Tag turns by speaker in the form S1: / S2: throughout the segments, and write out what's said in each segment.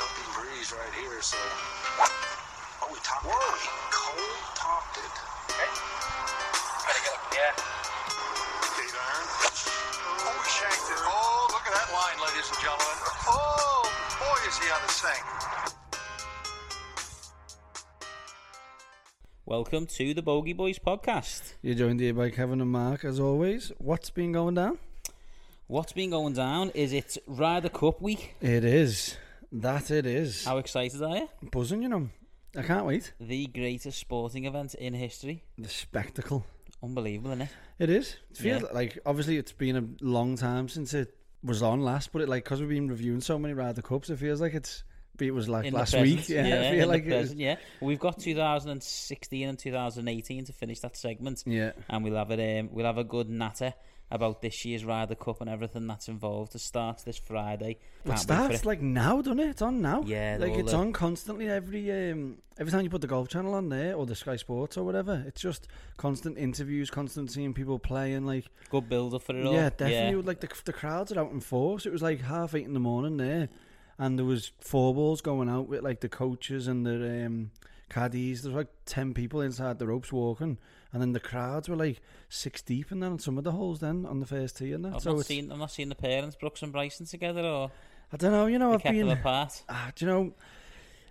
S1: He's right here, so. Oh, we topped it. We cold topped it.
S2: Okay. Ready to go. Yeah.
S1: Eight iron.
S3: Oh, we shanked it. Oh, look at that line, ladies and gentlemen. Oh, boy, is he out of sync.
S4: Welcome to the Bogey Boys podcast.
S5: You're joined here by Kevin and Mark, as always. What's been going down?
S4: What's been going down is it's Ryder Cup week.
S5: It is. That it is.
S4: How excited are you?
S5: Buzzing, you know. I can't wait.
S4: The greatest sporting event in history.
S5: The spectacle.
S4: Unbelievable, isn't it?
S5: It is. It feels
S4: Yeah.
S5: like, obviously, it's been a long time since it was on last, but it, like, because we've been reviewing so many Ryder Cups, it feels like it's. It was like
S4: In the
S5: last
S4: present,
S5: week. Yeah, I
S4: in the
S5: feel like it was,
S4: present, yeah. We've got 2016 and 2018 to finish that segment.
S5: Yeah.
S4: and we'll have it. Um, we'll have a good natter about this year's Ryder Cup and everything that's involved. It starts this Friday.
S5: It
S4: Can't wait for
S5: starts
S4: it.
S5: like now, doesn't it? It's on now.
S4: Yeah,
S5: like
S4: all
S5: it's
S4: the-
S5: on constantly every um, every time you put the golf channel on there or the Sky Sports or whatever. It's just constant interviews, constant seeing people playing. Like
S4: good build up for it all.
S5: yeah, definitely. Like the the crowds are out in force. It was like half eight in the morning there, and there was four balls going out with like the coaches and the um, caddies. There's like ten people inside the ropes walking, and then the crowds were like six deep, and then on some of the holes then on the first tee and that.
S4: I've
S5: so
S4: not
S5: it's,
S4: seen. I've not seen the parents, Brooks and Bryson, together, or
S5: I don't know. You know,
S4: they
S5: I've
S4: kept them
S5: been.
S4: apart.
S5: Ah, do you know?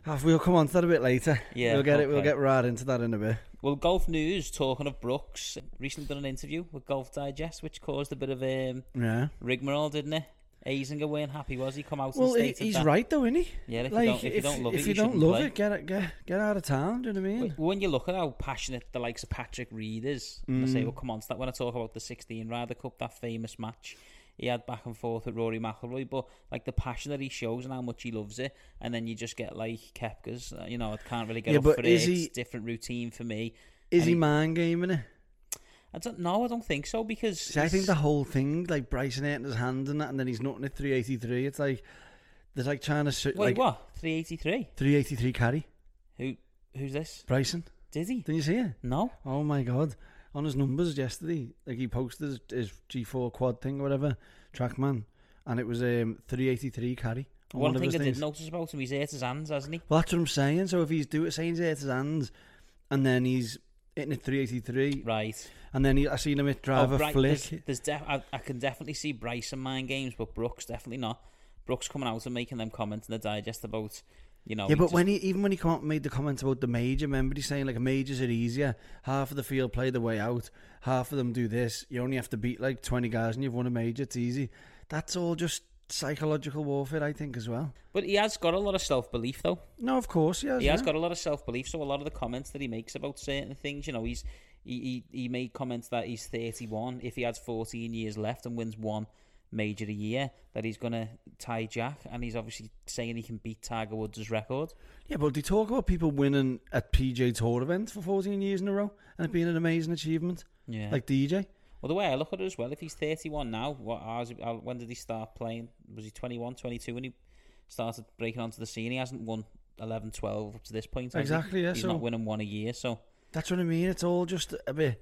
S5: ah, we'll come on to that a bit later.
S4: Yeah,
S5: we'll get it. We'll
S4: okay.
S5: get right into that in a bit.
S4: Well, golf news. Talking of Brooks, recently done an interview with Golf Digest, which caused a bit of um,
S5: Yeah.
S4: rigmarole, didn't it? Aisinger weren't happy, was he? Come out
S5: Well,
S4: and
S5: he,
S4: stated
S5: he's
S4: that.
S5: right though, isn't he?
S4: Yeah, if you don't- if you don't love it,
S5: if
S4: you
S5: you don't
S4: shouldn't
S5: love
S4: play.
S5: it, get it, get get out of town. Do you know what I mean?
S4: But when you look at how passionate the likes of Patrick Reed is, and I say,
S5: Mm.
S4: well, come on, it's that when I talk about the 16 Ryder Cup, that famous match he had back and forth with Rory McIlroy, but like the passion that he shows and how much he loves it, and then you just get like Kepka's, uh, you know, I can't really get
S5: Yeah,
S4: up
S5: but
S4: for
S5: is
S4: it.
S5: he-
S4: It's different routine for me.
S5: Is
S4: And
S5: he
S4: he-
S5: mind gaming it?
S4: I don't know. I don't think so because
S5: See, I think
S4: he's-
S5: the whole thing, like Bryson out in his hand and that, and then he's nutting at 383. It's like there's like trying to s-
S4: wait,
S5: like
S4: what 383?
S5: 383 carry
S4: Who who's this?
S5: Bryson.
S4: Did he?
S5: Didn't you see it?
S4: No.
S5: Oh my god! On his numbers yesterday, like he posted his, his G4 quad thing or whatever, TrackMan, and it was um 383 carry. on
S4: One
S5: of
S4: thing I
S5: his
S4: did
S5: things.
S4: notice about him, he's hurt his hands, hasn't he?
S5: Well, that's what I'm saying. So if he's doing saying it's his hands, and then he's hitting it 383,
S4: Right.
S5: and then he, I seen him hit drive
S4: Oh,
S5: a
S4: Bry-
S5: flick.
S4: There's, there's def- I, I can definitely see Bryson mind games, but Brooks definitely not. Brooks coming out and making them comments in the digest about, you know. he
S5: yeah, but
S4: just-
S5: when he even when he come out and made the comments about the major, remember he's saying like majors are easier. Half of the field play the way out. Half of them do this. You only have to beat like 20 guys, and you've won a major. It's easy. That's all just psychological warfare, I think, as well.
S4: but he has got a lot of self belief though.
S5: No, of course he has.
S4: He has
S5: yeah.
S4: got a lot of self belief, so a lot of the comments that he makes about certain things, you know, he's he, he he made comments that he's 31. If he has 14 years left and wins one major a year, that he's gonna tie Jack, and he's obviously saying he can beat Tiger Woods' record.
S5: Yeah, but they talk about people winning at PJ Tour events for 14 years in a row and it being an amazing achievement.
S4: Yeah.
S5: Like DJ.
S4: Well, the way I look at it as well, if he's 31 now, what hours, how- when did he start playing? Was he 21, 22 when he started breaking onto the scene? He hasn't won 11, 12 up to this point. has he?
S5: Exactly, yeah,
S4: He's
S5: so-
S4: not winning one a year, so
S5: That's what I mean. It's all just a bit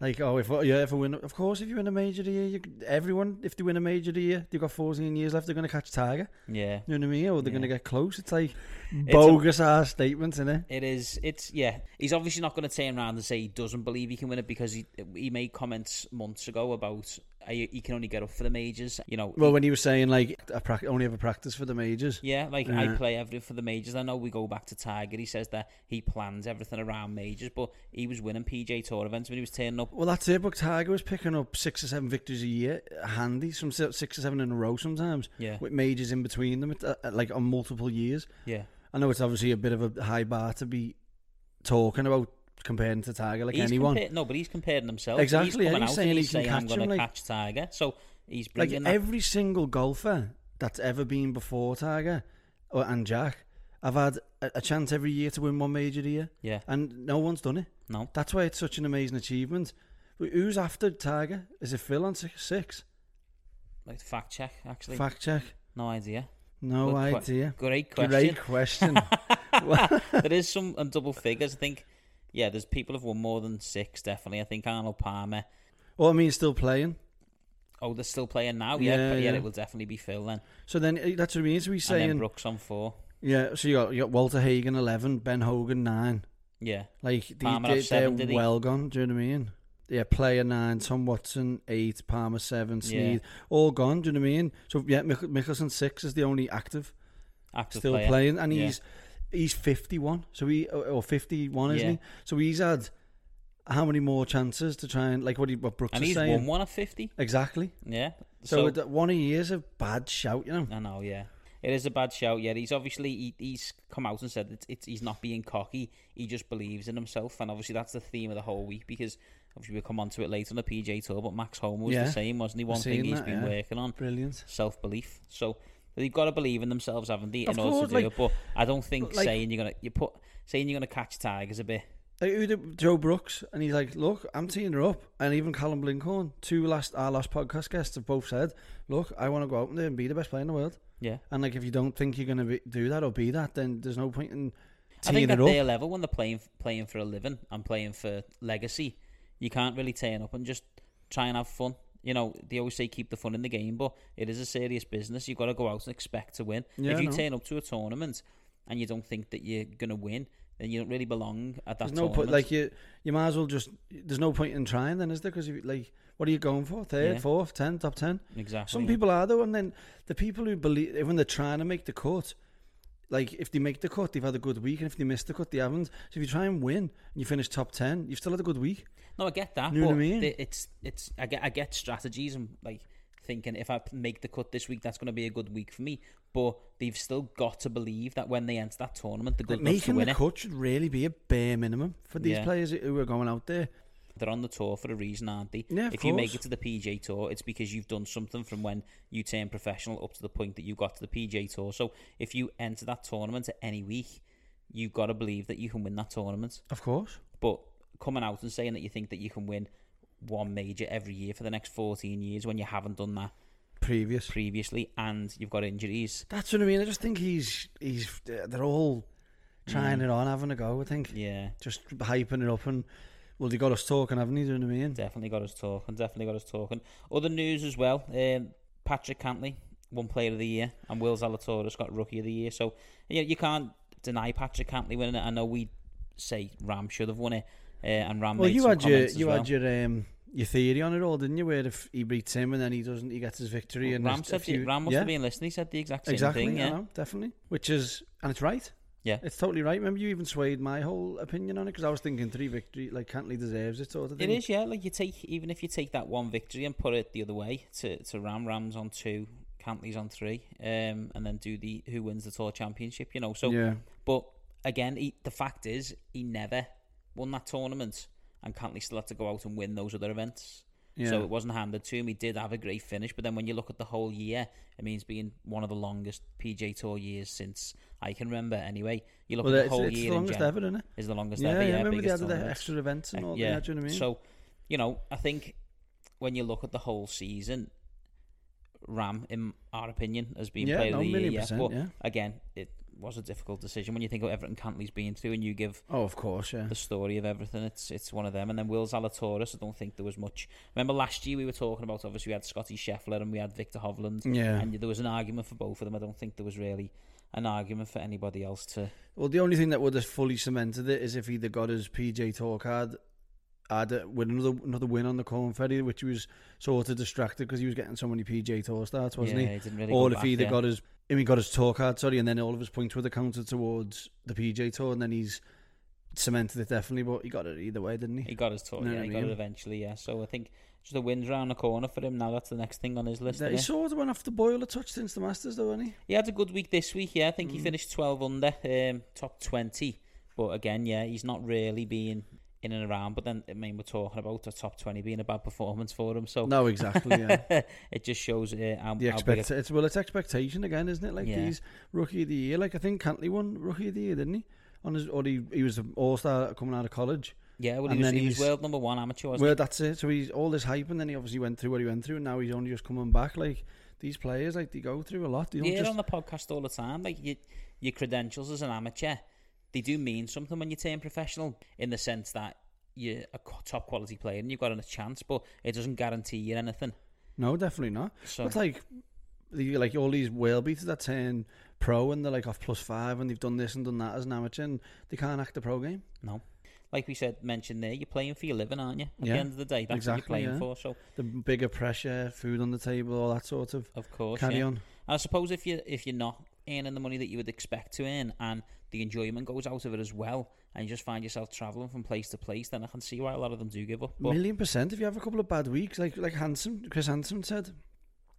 S5: like, oh, if yeah, if I win, of course, if you win a major a year, you, everyone, if they win a major a year, they've got 14 years left, they're going to catch Tiger.
S4: yeah.
S5: You know what I mean? Or they're going to
S4: Yeah.
S5: get close. It's like bogus ass statements, innit?
S4: It is. It's yeah. He's obviously not going to turn around and say he doesn't believe he can win it because he he made comments months ago about uh, he he can only get up for the majors. You know,
S5: Well, when he was saying, like, I prac- only ever practice for the majors.
S4: Yeah, like I
S5: Yeah.
S4: play every for the majors. I know we go back to Tiger. He says that he plans everything around majors, but he was winning PJ Tour events when he was turning up.
S5: Well, that's it. But Tiger was picking up six or seven victories a year, handy, some se- six or seven in a row sometimes.
S4: Yeah.
S5: with majors in between them, at- at- like on multiple years.
S4: Yeah,
S5: I know it's obviously a bit of a high bar to be talking about comparing to Tiger, like
S4: he's
S5: anyone.
S4: Compar- no, but he's comparing himself. He's
S5: Exactly, yeah,
S4: coming
S5: he's
S4: out
S5: saying
S4: and
S5: he
S4: he's
S5: can
S4: saying I'm
S5: catch
S4: going
S5: him,
S4: to
S5: like-
S4: catch Tiger. So he's
S5: like
S4: bringing that.
S5: every single golfer that's ever been before Tiger or, and Jack, I've had a, a chance every year to win one major a year,
S4: Yeah,
S5: and no one's done it.
S4: no,
S5: That's why it's such an amazing achievement. Wh- Who's after Tiger? Is it Phil on six? six?
S4: like fact check. Actually,
S5: Fact check.
S4: no idea. Good
S5: No
S4: que-
S5: idea.
S4: great question.
S5: Great question.
S4: there is some on double figures. I think. Yeah, there's people have won more than six. Definitely, I think Arnold Palmer.
S5: well, I mean, he's still playing.
S4: Oh, they're still playing now. Yeah,
S5: Yeah,
S4: but yeah,
S5: yeah.
S4: it will definitely be Phil then,
S5: So then eh, that's what I mean. So he's saying
S4: and then Brooks on four.
S5: Yeah, so you got, you got Walter Hagen eleven, Ben Hogan nine.
S4: Yeah.
S5: Like the,
S4: Palmer
S5: they,
S4: had seven,
S5: they're
S4: did he?
S5: well gone. Do you know what I mean? Yeah, player nine, Tom Watson eight, Palmer seven, Sneed all gone. Do you know what I mean? So yeah, Mick- Mickelson six is the only active
S4: Active
S5: still
S4: player.
S5: playing, and
S4: Yeah.
S5: he's he's fifty one. So he uh, or fifty one, isn't
S4: Yeah.
S5: he? So he's had how many more chances to try and like what he, what Brooks
S4: And
S5: is
S4: he's
S5: saying
S4: won one at 50.
S5: exactly.
S4: Yeah.
S5: So, so one a year is a bad shout, you know.
S4: I know, yeah. It is a bad shout, yeah. He's obviously he, he's come out and said it's, it's he's not being cocky. He just believes in himself, and obviously that's the theme of the whole week because obviously we'll come on to it later on the PJ tour. But Max Homer was
S5: Yeah.
S4: the same, wasn't he? One thing
S5: seen
S4: he's
S5: that,
S4: been
S5: yeah.
S4: working on
S5: Brilliant.
S4: self belief. So they've got to believe in themselves, haven't they, in
S5: Of
S4: order
S5: course,
S4: to
S5: like-
S4: do it? But I don't think
S5: but, like-
S4: saying you're gonna you put saying you're gonna catch tigers a bit.
S5: Like, Uh, who did- Joe Brooks, and he's like, "Look, I'm teeing her up." And even Callum Blinkhorn, two last our last podcast guests have both said, "Look, I want to go out there and be the best player in the world."
S4: Yeah,
S5: And like, if you don't think you're gonna be, do that or be that, then there's no point in
S4: I think
S5: teeing
S4: at
S5: it up.
S4: their level, when they're playing playing for a living and playing for legacy, you can't really turn up and just try and have fun. You know, they always say keep the fun in the game, but it is a serious business. You've got to go out and expect to win.
S5: Yeah,
S4: if you
S5: I know.
S4: turn up to a tournament and you don't think that you're going to win, then you don't really belong at that
S5: There's no point.
S4: tournament.
S5: Like you, you might as well just. There's no point in trying, then, is there? Because like, what are you going for? Third,
S4: Yeah.
S5: fourth, ten, top ten.
S4: exactly.
S5: Some people are though, and then the people who believe when they're trying to make the cut, like if they make the cut, they've had a good week, and if they miss the cut, they haven't. So if you try and win and you finish top ten, you've still had a good week.
S4: No, I get that.
S5: You know
S4: but
S5: what I mean?
S4: the- it's it's I get I get strategies and like thinking if I make the cut this week, that's going to be a good week for me. But they've still got to believe that when they enter that tournament, they're good
S5: Like
S4: enough to
S5: making
S4: win
S5: the
S4: it.
S5: cut should really be a bare minimum for these
S4: Yeah.
S5: players who are going out there.
S4: They're on the tour for a reason, aren't they?
S5: Yeah, of
S4: if you make it
S5: course.
S4: to the PJ Tour, it's because you've done something from when you turned professional up to the point that you got to the PJ Tour. So if you enter that tournament at any week, you've got to believe that you can win that tournament.
S5: Of course,
S4: But coming out and saying that you think that you can win one major every year for the next 14 years when you haven't done that
S5: previous.
S4: previously and you've got injuries.
S5: That's what I mean. I just think he's he's. They're all trying
S4: Mm.
S5: it on, having a go. I think
S4: Yeah,
S5: just hyping it up and. Well, they got us talking, haven't they? Do you know what I mean?
S4: definitely got us talking. Definitely got us talking. Other news as well. Um, Patrick Cantley won Player of the Year, and Will Zalatoris got Rookie of the Year. So you, you can't deny Patrick Cantley winning it. I know we say Ram should have won it, uh, and Ram.
S5: Well,
S4: made
S5: you
S4: some
S5: had your
S4: comments as
S5: you
S4: well.
S5: had your um, your theory on it all, didn't you? Where if he beats him and then he doesn't, he gets his victory. and
S4: Ram
S5: there's a
S4: said the-
S5: few-
S4: Ram must
S5: yeah,
S4: have been listening. He said the exact same
S5: exactly.
S4: thing.
S5: I
S4: Yeah,
S5: know, definitely. Which is and it's right.
S4: Yeah.
S5: it's totally right. Remember, you even swayed my whole opinion on it because I was thinking three victory, like Cantley deserves it sort of
S4: It
S5: thing.
S4: is, yeah. Like you take even if you take that one victory and put it the other way to, to Ram, Rams on two, Cantley's on three, um, and then do the who wins the tour championship, you know. So
S5: Yeah.
S4: but again, he, the fact is he never won that tournament and Cantley still had to go out and win those other events. So
S5: Yeah.
S4: it wasn't handed to him. He did have a great finish, but then when you look at the whole year, it means being one of the longest PJ Tour years since I can remember. Anyway, you look
S5: Well,
S4: at
S5: it's,
S4: the whole
S5: it's
S4: year
S5: the longest
S4: in gen-
S5: ever, isn't it?
S4: is the longest
S5: Yeah,
S4: ever.
S5: yeah,
S4: Yeah,
S5: remember they
S4: biggest
S5: had the
S4: tournament.
S5: extra events and all
S4: Eh, Yeah.
S5: that, do you know what I mean?
S4: So, you know, I think when you look at the whole season, Ram, in our opinion, has been
S5: Yeah,
S4: played
S5: no,
S4: the year.
S5: million
S4: Yeah.
S5: percent,
S4: But
S5: yeah.
S4: again, it was a difficult decision when you think of everything Cantley's been through and you give
S5: oh, of course, yeah.
S4: the story of everything. It's it's one of them. And then Will Zalatoris, I don't think there was much. Remember last year we were talking about, obviously, we had Scotty Scheffler and we had Victor Hovland.
S5: Yeah.
S4: And there was an argument for both of them. I don't think there was really an argument for anybody else to.
S5: Well, the only thing that would have fully cemented it is if he'd have got his PJ Tour card, had a, with another another win on the Corn Ferry, which he was sort of distracted because he was getting so many PJ Tour starts, wasn't
S4: yeah,
S5: he?
S4: didn't really
S5: or
S4: go
S5: if
S4: back,
S5: he'd
S4: yeah.
S5: have got his, if he got his tour card, sorry, and then all of his points would have counted towards the PJ Tour, and then he's cemented it definitely, but he got it either way, didn't he?
S4: He got his tour,
S5: Know
S4: yeah,
S5: what I
S4: he got it
S5: mean?
S4: eventually, yeah. So I think just the wind's round the corner for him now. That's the next thing on his list.
S5: Yeah,
S4: yeah.
S5: He sort of went off the boil a touch since the Masters, though, wasn't he?
S4: He had a good week this week, yeah. I think he
S5: Mm.
S4: finished 12 under, um, top 20. But again, yeah, he's not really being in and around. But then, I mean, we're talking about the top 20 being a bad performance for him. So
S5: No, exactly. Yeah.
S4: it just shows uh, how,
S5: The
S4: how big a
S5: expect it's well, it's expectation again, isn't it? Like
S4: Yeah.
S5: he's rookie of the year. Like I think Cantley won rookie of the year, didn't he? On his or he, he was an all star coming out of college.
S4: Yeah, well, he
S5: And
S4: was,
S5: then
S4: he was
S5: he's-
S4: world number one amateur, wasn't
S5: Well, that's it. So he's all this hype, and then he obviously went through what he went through, and now he's only just coming back. Like these players, like they go through a lot. They
S4: he?
S5: don't
S4: You hear
S5: just
S4: on the podcast all the time, like, you, your credentials as an amateur, they do mean something when you turn professional in the sense that you're a qu- top quality player and you've got a chance, but it doesn't guarantee you anything.
S5: no, definitely not.
S4: So-
S5: But like, the, like all these whale beaters that turn pro and they're like off plus five and they've done this and done that as an amateur and they can't act the pro game.
S4: No. Like we said, mentioned there, you're playing for your living, aren't you? At
S5: Yeah.
S4: the end of the day, that's
S5: Exactly,
S4: what you're playing
S5: yeah.
S4: for. So,
S5: The bigger pressure, food on the table, all that sort of.
S4: of course,
S5: Carry
S4: yeah.
S5: on.
S4: I suppose if you if you're not earning the money that you would expect to earn, and the enjoyment goes out of it as well, and you just find yourself travelling from place to place, then I can see why a lot of them do give up. But
S5: Million percent. If you have a couple of bad weeks, like like Hanson, Chris Hanson said,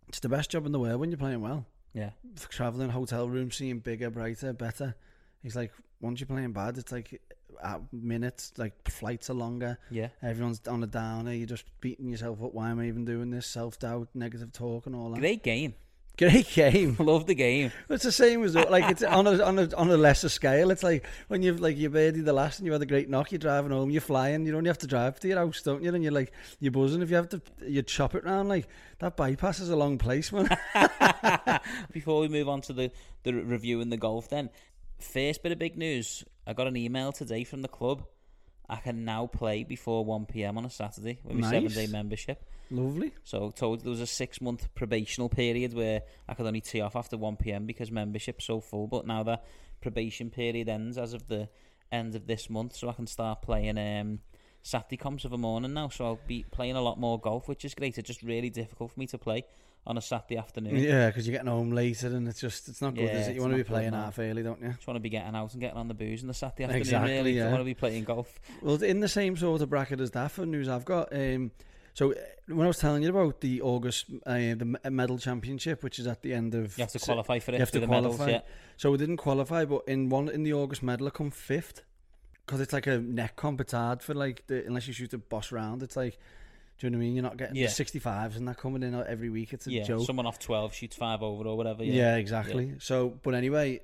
S5: it's the best job in the world when you're playing well.
S4: yeah,
S5: Traveling, hotel room, seeing bigger, brighter, better. He's like, once you're playing bad, it's like uh, minutes, like flights are longer.
S4: yeah,
S5: Everyone's on a downer. You're just beating yourself up. Why am I even doing this? Self doubt, negative talk, and all that.
S4: great game.
S5: Great game.
S4: Love the game.
S5: It's the same as like it's on a on a on a lesser scale. It's like when you've like you've birdie the last and you had a great knock. You're driving home. You're flying. You only have to drive to your house, don't you? And you're like you're buzzing. If you have to, you chop it round like that. Bypass is a long place, man.
S4: Before we move on to the, the review and the golf, then, first bit of big news I got an email today from the club. I can now play before 1 pm on a Saturday with my seven
S5: Nice.
S4: day membership.
S5: Lovely.
S4: So, told there was a six month probational period where I could only tee off after 1 pm because membership's so full. But now the probation period ends as of the end of this month, so I can start playing um, Saturday comps of a morning now. So, I'll be playing a lot more golf, which is great. It's just really difficult for me to play on a Saturday afternoon.
S5: Yeah, because you're getting home later and it's just it's not good,
S4: Yeah,
S5: is it?
S4: it's
S5: You want to be
S4: not good,
S5: playing
S4: no.
S5: half early, don't you?
S4: Just want to be getting out and getting on the booze in the Saturday afternoon.
S5: Exactly,
S4: really, I
S5: yeah.
S4: want to be playing golf.
S5: Well, in the same sort of bracket as that for news I've got. Um, so uh, when I was telling you about the August uh, the m- medal championship, which is at the end of
S4: You have to
S5: Se-
S4: qualify for it.
S5: You have
S4: for
S5: to
S4: the
S5: qualify.
S4: medals, yeah.
S5: So we didn't qualify, but in one in the August medal, I come fifth because it's like a neck competard for like the unless you shoot the boss round, it's like. Do you know what I mean? You're not getting
S4: Yeah.
S5: the 65s and that coming in every week. It's a
S4: yeah.
S5: joke.
S4: Someone off 12 shoots five over or whatever.
S5: Yeah,
S4: Yeah.
S5: exactly. So, but anyway,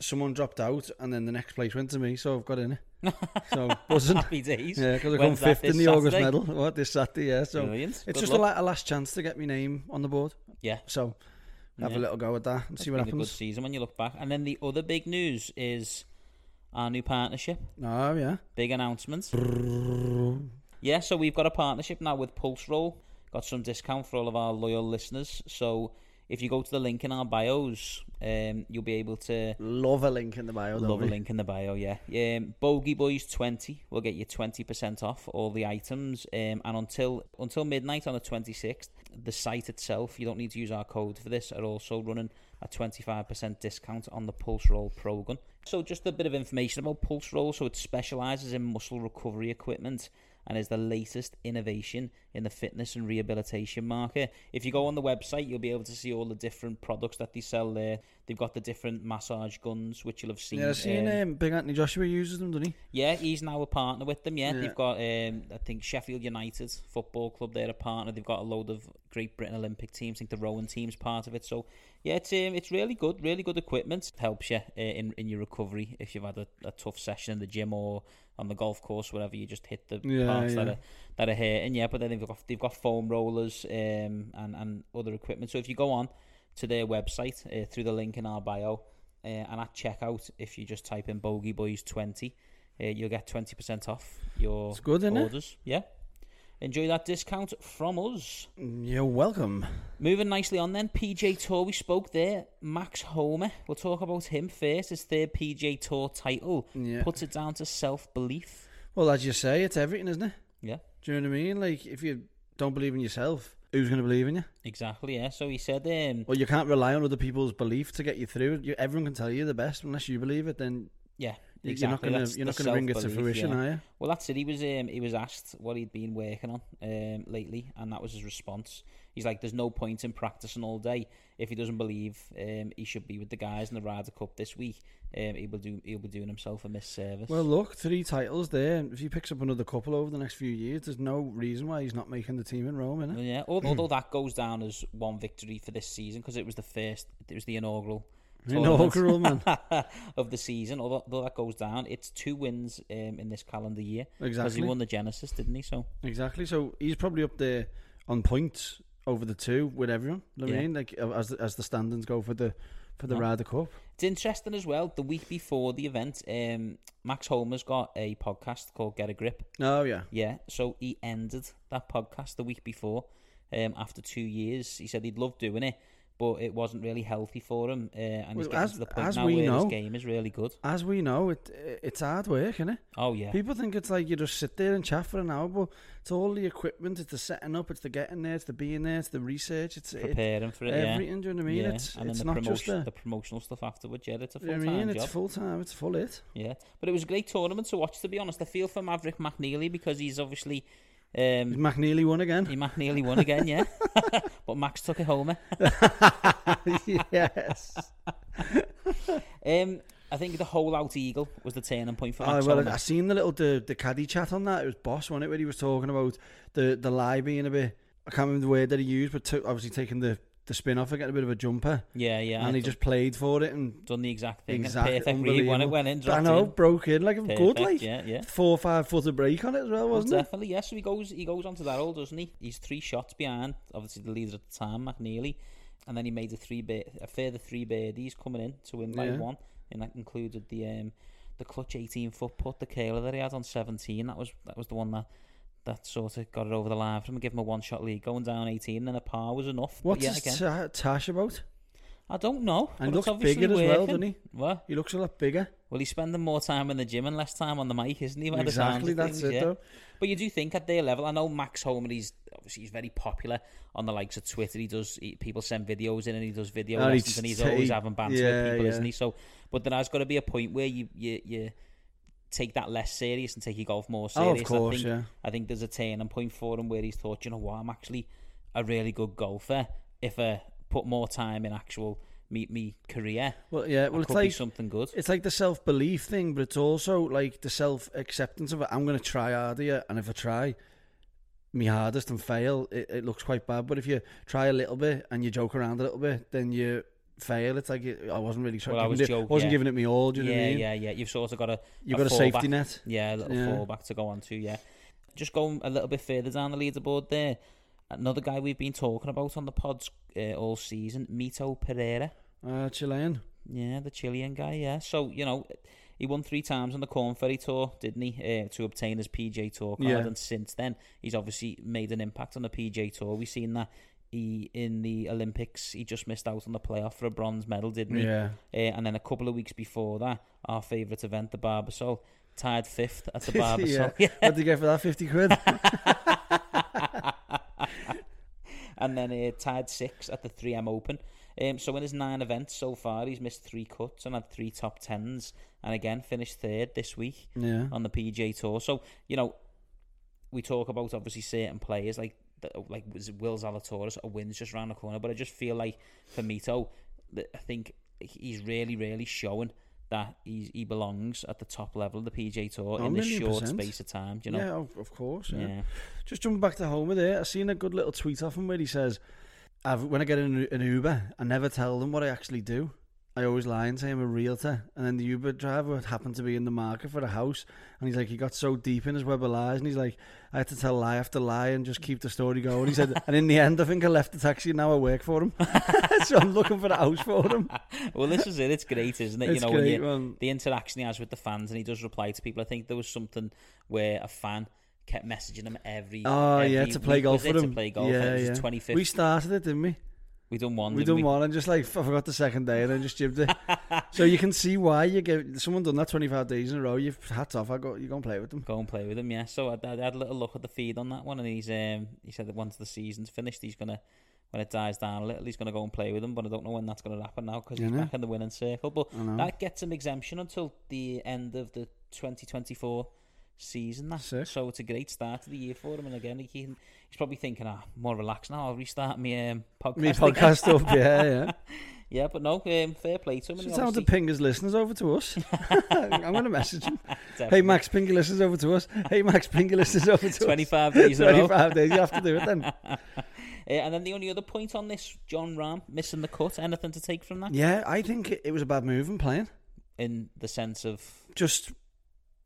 S5: someone dropped out, and then the next place went to me, so I've got in it. so buzzing.
S4: Happy days.
S5: Yeah, because I come
S4: When's that,
S5: fifth in
S4: this
S5: the August
S4: Saturday?
S5: medal. What this Saturday? Yeah, so
S4: Brilliant.
S5: it's
S4: Good
S5: just a,
S4: luck.
S5: la- a last chance to get my name on the board.
S4: Yeah.
S5: So have
S4: Yeah.
S5: a little go at that and see what
S4: Been a good
S5: happens.
S4: season when you look back. And then the other big news is our new partnership.
S5: Oh yeah,
S4: Big announcement. yeah, so we've got a partnership now with Pulse Roll. Got some discount for all of our loyal listeners. So if you go to the link in our bios, um, you'll be able to
S5: love a link in the bio. Don't
S4: Love a
S5: we?
S4: link in the bio, yeah. Um, Bogey Boys 20 will get you 20% off all the items. Um, and until until midnight on the 26th, the site itself, you don't need to use our code for this, are also running a 25% discount on the Pulse Roll Pro Gun. So, just a bit of information about Pulse Roll. So, it specializes in muscle recovery equipment and is the latest innovation in the fitness and rehabilitation market. If you go on the website, you'll be able to see all the different products that they sell there. They've got the different massage guns, which you'll have seen.
S5: Yeah, I've seen
S4: um,
S5: um, Big Anthony Joshua uses them, doesn't he?
S4: yeah, he's now a partner with them. Yeah,
S5: Yeah.
S4: they've got um, I think Sheffield United football club. They're a partner. They've got a load of Great Britain Olympic teams. I think the rowing team's part of it. So yeah, it's um, it's really good. Really good equipment. Helps you uh, in in your recovery if you've had a, a tough session in the gym or on the golf course, whatever. You just hit the
S5: Yeah,
S4: parts that
S5: yeah.
S4: are that are hurting. Yeah, but then they've got they've got foam rollers um, and and other equipment. So if you go on to their website uh, through the link in our bio. Uh, and at checkout, if you just type in Bogey Boys 20, uh, you'll get 20% off your
S5: It's good, isn't it?
S4: orders. Yeah. Enjoy that discount from us.
S5: You're welcome.
S4: Moving nicely on then, PJ Tour, we spoke there. Max Homer, we'll talk about him first. His third PJ Tour title
S5: Yeah.
S4: puts it down to self belief.
S5: Well, as you say, it's everything, isn't it?
S4: Yeah.
S5: Do you know what I mean? Like if you don't believe in yourself, who's going to believe in you?
S4: Exactly, yeah. So he said, um,
S5: Well, you can't rely on other people's belief to get you through. You, everyone can tell you the best, unless you believe it, then
S4: yeah,
S5: y-
S4: exactly.
S5: you're not going
S4: that's
S5: to you're not
S4: the
S5: going to bring it to
S4: self-belief,
S5: fruition,
S4: yeah.
S5: are you?
S4: Well, that's it. He was um, he was asked what he'd been working on um, lately, and that was his response. He's like, "There's no point in practicing all day if he doesn't believe um, he should be with the guys in the Ryder Cup this week. Um, he will do. He'll be doing himself a misservice."
S5: Well, look, three titles there. and If he picks up another couple over the next few years, there's no reason why he's not making the team in Rome, innit?
S4: Well, yeah. al- Although that goes down as one victory for this season because it was the first. It was the inaugural. tournament.
S5: Inaugural man.
S4: of the season, although, although that goes down, it's two wins um, in this calendar year because he
S5: Exactly.
S4: won the Genesis, didn't he? So
S5: Exactly. So he's probably up there on points over the two with everyone. You know what
S4: Yeah.
S5: I mean, like as as the standings go for the for the Ryder Cup.
S4: It's interesting as well. The week before the event, um, Max Homer's got a podcast called Get a Grip.
S5: Oh yeah.
S4: Yeah, so he ended that podcast the week before. Um, after two years, he said he'd loved doing it, but it wasn't really healthy for him. Uh, and he's
S5: Well,
S4: getting
S5: as-
S4: to the point
S5: as
S4: now
S5: we
S4: where
S5: know-
S4: his game is really good.
S5: As we know, it it's hard work, innit?
S4: Oh yeah,
S5: People think it's like you just sit there and chat for an hour, but it's all the equipment, it's the setting up, it's the getting there, it's the being there, it's the research, it's it,
S4: preparing for it. yeah.
S5: everything. Do you know what I mean?
S4: Yeah,
S5: It's
S4: and
S5: it's
S4: then the
S5: not just
S4: promotion,
S5: the,
S4: the promotional stuff afterwards. Yeah, it's a
S5: you know
S4: full
S5: what
S4: time
S5: I mean?
S4: job.
S5: It's full time, it's full it.
S4: Yeah, but it was a great tournament to watch. To be honest, I feel for Maverick McNeely because he's obviously um,
S5: McNeely won again.
S4: he McNeely won again, yeah. but Max took it home.
S5: yes.
S4: Um, I think the whole out eagle was the turning point for
S5: Oh,
S4: Max.
S5: well,
S4: on
S5: I
S4: that.
S5: seen the little the, the caddy chat on that. It was boss, wasn't it? Where he was talking about the the lie being a bit. I can't remember the word that he used, but took, obviously taking the the spin off and getting a bit of a jumper,
S4: yeah, yeah,
S5: and he just played for it and
S4: done the exact thing.
S5: exactly
S4: Perfect read when it went in.
S5: I
S4: dropped
S5: know,
S4: in.
S5: broke in like a good
S4: Perfect,
S5: like
S4: yeah, yeah.
S5: four or five foot of break on it as well,
S4: Well,
S5: wasn't it?
S4: definitely, yes. So he goes, he goes onto that hole, doesn't he? He's three shots behind, obviously the leader at the time, McNeely, and then he made a three bit, a further three birdies coming in to win by
S5: Yeah.
S4: one, and that included the um, the clutch eighteen foot putt, the curler that he had on seventeen. That was that was the one that. That sort of got it over the line for him and give him a one shot lead. Going down 18 and a par was enough. But
S5: What's
S4: yeah,
S5: his
S4: again,
S5: ta- tash about?
S4: I don't know.
S5: And
S4: but it's
S5: looks
S4: obviously
S5: bigger as well,
S4: working.
S5: doesn't he?
S4: What?
S5: He looks a lot bigger.
S4: Well, he's spending more time in the gym and less time on the mic, isn't he? by the sounds
S5: Exactly,
S4: of
S5: that's
S4: things,
S5: it
S4: yeah.
S5: though.
S4: But you do think at their level, I know Max Homer, he's obviously he's very popular on the likes of Twitter. He does he, people send videos in and he does video
S5: And he
S4: lessons
S5: just
S4: and he's
S5: ta-
S4: always having banter
S5: yeah,
S4: with people,
S5: yeah.
S4: isn't he? So, but there has got to be a point where you you you take that less serious and take your golf more
S5: Oh, of
S4: serious. I
S5: course,
S4: think,
S5: yeah.
S4: I think there's a turning point for him where he's thought, you know what, I'm actually a really good golfer if I put more time in actual me me career.
S5: Well, yeah.
S4: I
S5: Well, it's
S4: could be
S5: like
S4: something good.
S5: it's like the self belief thing, but it's also like the self acceptance of it. I'm going to try harder, yeah, and if I try my hardest and fail, it, it looks quite bad. But if you try a little bit and you joke around a little bit, then you fail. It's like it, I wasn't really trying.
S4: Well, I was
S5: it,
S4: joke-
S5: wasn't
S4: yeah.
S5: giving it me all. Do you know
S4: yeah,
S5: what I mean?
S4: yeah, yeah. You've sort of got a
S5: You've got a
S4: fallback-
S5: safety net.
S4: Yeah, a little
S5: Yeah.
S4: fallback to go on to. Yeah, just going a little bit further down the leaderboard there. Another guy we've been talking about on the pods uh, all season, Mito Pereira.
S5: Uh, Chilean.
S4: Yeah, the Chilean guy. Yeah, so you know, he won three times on the Corn Ferry Tour, didn't he? Uh, to obtain his PJ Tour card,
S5: Yeah.
S4: and since then he's obviously made an impact on the PJ Tour. We've seen that he in the Olympics he just missed out on the playoff for a bronze medal, didn't he?
S5: Yeah.
S4: Uh, and then a couple of weeks before that, our favourite event, the Barbasol, tied fifth at the Barbasol. yeah.
S5: What did you get for that? Fifty quid.
S4: And then uh, tied sixth at the 3M Open. Um, so in his nine events so far, he's missed three cuts and had three top tens. And again, finished third this week
S5: yeah.
S4: on the PJ Tour. So, you know, we talk about obviously certain players like the- like was it Will Zalatoris, a win's just round the corner. But I just feel like for Mito, that I think he's really, really showing that he's, he belongs at the top level of the PJ Tour
S5: A
S4: in this
S5: million
S4: short
S5: percent.
S4: space of time. Do you know?
S5: Yeah, of, of course.
S4: Yeah.
S5: Yeah. Just jumping back to Homer there, I seen a good little tweet off him where he says, I've, "When I get in an Uber, I never tell them what I actually do. I always lie and say I'm a realtor." And then the Uber driver happened to be in the market for a house, and he's like, he got so deep in his web of lies, and he's like, "I had to tell lie after lie and just keep the story going." He said, "And in the end, I think I left the taxi, and now I work for him, so I'm looking for the house for him."
S4: Well, this is it. It's great, isn't it?
S5: It's
S4: you know, when
S5: great,
S4: you,
S5: man.
S4: the interaction he has with the fans, and he does reply to people. I think there was something where a fan kept messaging him every.
S5: Oh
S4: every
S5: yeah, to play
S4: week,
S5: golf
S4: was it?
S5: with him.
S4: To play golf.
S5: yeah,
S4: it was
S5: yeah.
S4: his 25th.
S5: We started it, didn't we?
S4: we done one.
S5: We
S4: didn't
S5: done one and just like f- I forgot the second day and then just jibbed it. so you can see why you give someone done that twenty five days in a row. You've hats off. I go. You go and play with them.
S4: Go and play with him, yeah. So I, I had a little look at the feed on that one, and he's um, he said that once the season's finished, he's gonna when it dies down a little, he's gonna go and play with him. But I don't know when that's gonna happen now because he's
S5: Yeah.
S4: back in the winning circle. But that gets him exemption until the end of the 2024 season. That
S5: Sick.
S4: so it's a great start to the year for him. And again, he can, he's probably thinking, ah, more relaxed now. I'll restart my um, podcast.
S5: Me
S4: again."
S5: podcast up. Yeah, yeah.
S4: Yeah, but no, um, fair play to him. and
S5: Should
S4: he
S5: tell him to
S4: obviously-
S5: ping his listeners over to us. I'm gonna message him. Hey
S4: Definitely.
S5: Max, ping your listeners over to us. Hey Max, ping your listeners over to us.
S4: 25 days in a row.
S5: Twenty five days. You have to do it then.
S4: Uh, and then the only other point on this, John Ram missing the cut. Anything to take from that?
S5: Yeah, I think it- it was a bad move in playing.
S4: In the sense of
S5: Just.